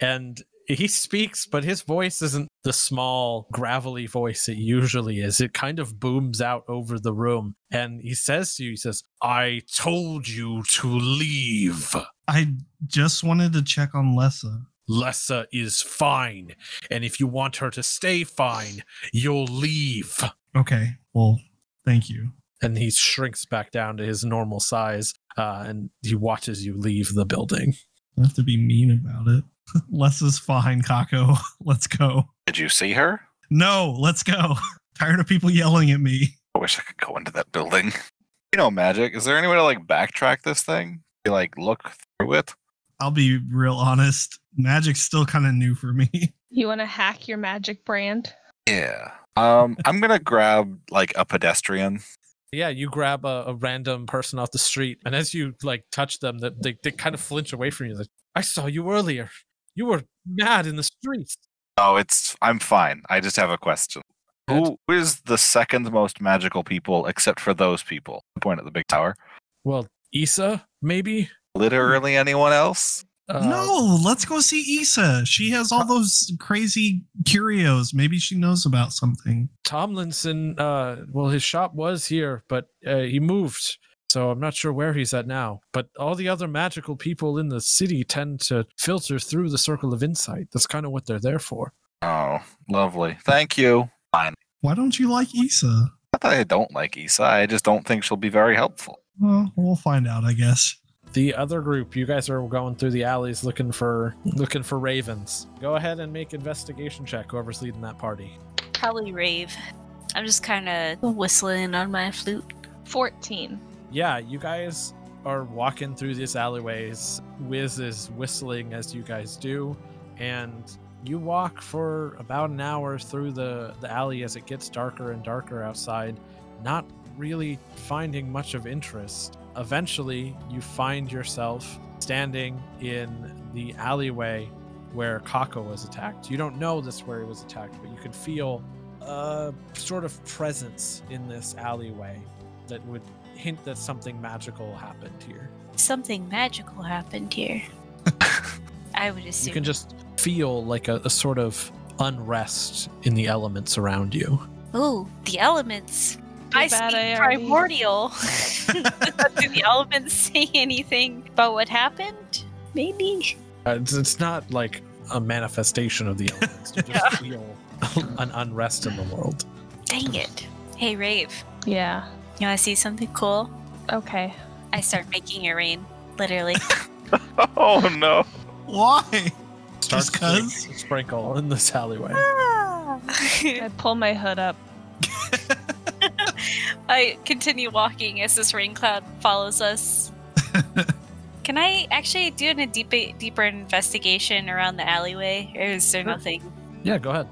Speaker 4: and he speaks but his voice isn't the small gravelly voice it usually is it kind of booms out over the room and he says to you he says i told you to leave
Speaker 8: I just wanted to check on Lessa.
Speaker 4: Lessa is fine. And if you want her to stay fine, you'll leave.
Speaker 8: Okay. Well, thank you.
Speaker 4: And he shrinks back down to his normal size uh, and he watches you leave the building.
Speaker 8: I have to be mean about it. Lessa's fine, Kako. Let's go.
Speaker 2: Did you see her?
Speaker 8: No, let's go. Tired of people yelling at me.
Speaker 2: I wish I could go into that building. You know, magic. Is there any way to like backtrack this thing? You like look through it?
Speaker 8: I'll be real honest. Magic's still kind of new for me.
Speaker 7: You want to hack your magic brand?
Speaker 2: Yeah. Um, I'm gonna grab like a pedestrian.
Speaker 4: Yeah, you grab a, a random person off the street. And as you like touch them, that they, they kind of flinch away from you. Like, I saw you earlier. You were mad in the streets.
Speaker 2: Oh, it's I'm fine. I just have a question. Who who is the second most magical people except for those people? Point at the big tower.
Speaker 4: Well, Issa, maybe?
Speaker 2: Literally anyone else?
Speaker 4: Uh,
Speaker 8: no, let's go see Issa. She has all those crazy curios. Maybe she knows about something.
Speaker 4: Tomlinson, uh, well, his shop was here, but uh, he moved, so I'm not sure where he's at now. But all the other magical people in the city tend to filter through the circle of insight. That's kind of what they're there for.
Speaker 2: Oh, lovely. Thank you.
Speaker 8: Why don't you like Issa?
Speaker 2: Not that I don't like Issa, I just don't think she'll be very helpful.
Speaker 8: Well, we'll find out, I guess.
Speaker 4: The other group, you guys are going through the alleys looking for looking for ravens. Go ahead and make investigation check. Whoever's leading that party.
Speaker 5: Probably rave. I'm just kind of whistling on my flute.
Speaker 7: 14.
Speaker 4: Yeah, you guys are walking through these alleyways. Wiz is whistling as you guys do, and you walk for about an hour through the, the alley as it gets darker and darker outside, not really finding much of interest. Eventually, you find yourself standing in the alleyway where Kako was attacked. You don't know this where he was attacked, but you can feel a sort of presence in this alleyway that would hint that something magical happened here.
Speaker 5: Something magical happened here. I would assume.
Speaker 4: You can just feel like a, a sort of unrest in the elements around you.
Speaker 5: Ooh, the elements. I
Speaker 7: bad
Speaker 5: speak
Speaker 7: I already-
Speaker 5: primordial. Do the elements say anything about what happened? Maybe.
Speaker 4: Uh, it's, it's not like a manifestation of the elements. You just feel an unrest in the world.
Speaker 5: Dang it. Hey, Rave,
Speaker 7: Yeah.
Speaker 5: you want to see something cool?
Speaker 7: Okay.
Speaker 5: I start making it rain, literally.
Speaker 2: Oh no.
Speaker 8: Why?
Speaker 4: Starts
Speaker 8: Just 'cause?
Speaker 4: to sprinkle in this alleyway.
Speaker 7: I pull my hood up.
Speaker 5: I continue walking as this rain cloud follows us. Can I actually do an, a deep, deeper investigation around the alleyway, or is there nothing?
Speaker 4: Yeah, go ahead.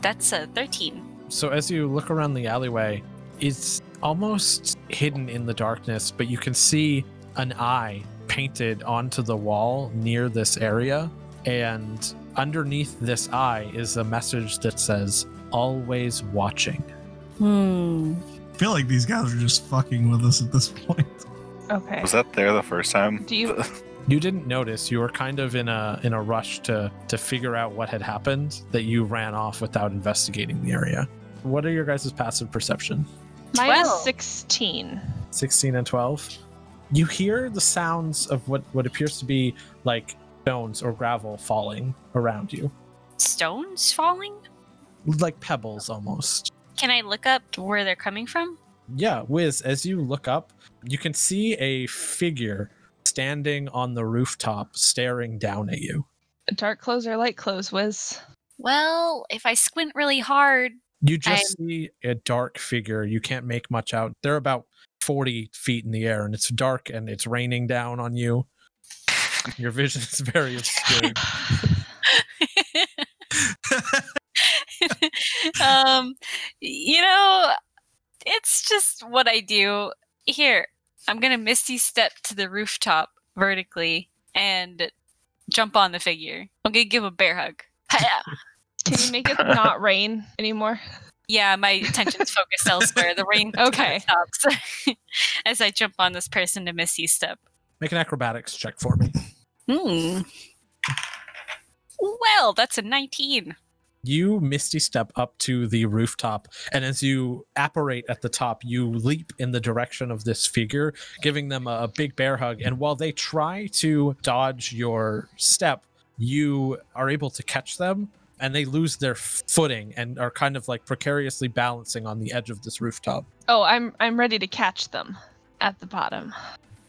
Speaker 5: That's a 13.
Speaker 4: So as you look around the alleyway, it's almost hidden in the darkness, but you can see an eye painted onto the wall near this area. And underneath this eye is a message that says, Always watching.
Speaker 5: Hmm.
Speaker 8: I feel like these guys are just fucking with us at this point.
Speaker 7: Okay.
Speaker 2: Was that there the first time?
Speaker 7: Do you-
Speaker 4: You didn't notice you were kind of in a in a rush to to figure out what had happened that you ran off without investigating the area. What are your guys' passive perception?
Speaker 7: Mine is
Speaker 5: 12.
Speaker 7: 16.
Speaker 4: 16 and 12 you hear the sounds of what what appears to be like stones or gravel falling around you,
Speaker 5: Stones falling?
Speaker 4: like pebbles almost.
Speaker 5: Can I look up where they're coming from?
Speaker 4: Yeah, Wiz, as you look up, you can see a figure standing on the rooftop staring down at you.
Speaker 7: Dark clothes or light clothes, Wiz?
Speaker 5: Well, if I squint really hard,
Speaker 4: You just see a dark figure. You can't make much out. They're about 40 feet in the air and it's dark and it's raining down on you. Your vision is very obscured.
Speaker 5: um, you know, it's just what I do. Here, I'm gonna misty step to the rooftop vertically and jump on the figure. I'm gonna give a bear hug. Hi-ya.
Speaker 7: Can you make it not rain anymore?
Speaker 5: yeah, my attention's focused elsewhere. The rain kinda
Speaker 7: Okay.
Speaker 5: stops as I jump on this person to misty step.
Speaker 4: Make an acrobatics check for me.
Speaker 5: Hmm. Well, that's a 19.
Speaker 4: You misty step up to the rooftop, and as you apparate at the top, you leap in the direction of this figure, giving them a, a big bear hug. And while they try to dodge your step, you are able to catch them, and they lose their footing and are kind of like precariously balancing on the edge of this rooftop.
Speaker 7: Oh, I'm I'm ready to catch them at the bottom.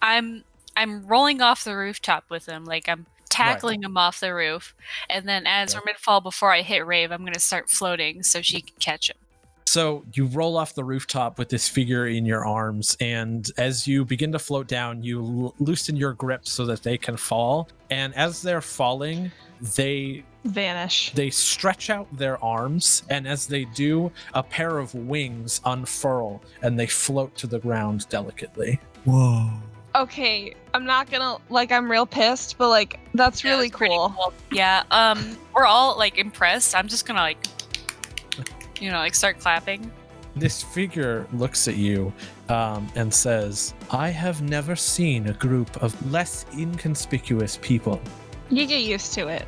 Speaker 5: I'm I'm rolling off the rooftop with him. Like I'm tackling him off the roof, and then as we're mid fall before I hit Rave, I'm gonna start floating so she can catch him.
Speaker 4: So you roll off the rooftop with this figure in your arms, and as you begin to float down, you l- loosen your grip so that they can fall. And as they're falling, they
Speaker 7: Vanish.
Speaker 4: they stretch out their arms, and as they do, a pair of wings unfurl and they float to the ground delicately.
Speaker 8: Whoa.
Speaker 7: Okay, I'm not gonna like I'm real pissed, but like that's
Speaker 5: Yeah,
Speaker 7: really
Speaker 5: it's pretty
Speaker 7: cool.
Speaker 5: Yeah. Um, we're all like impressed. I'm just gonna like, you know, like start clapping.
Speaker 4: This figure looks at you um, and says, "I have never seen a group of less inconspicuous people."
Speaker 7: You get used to it.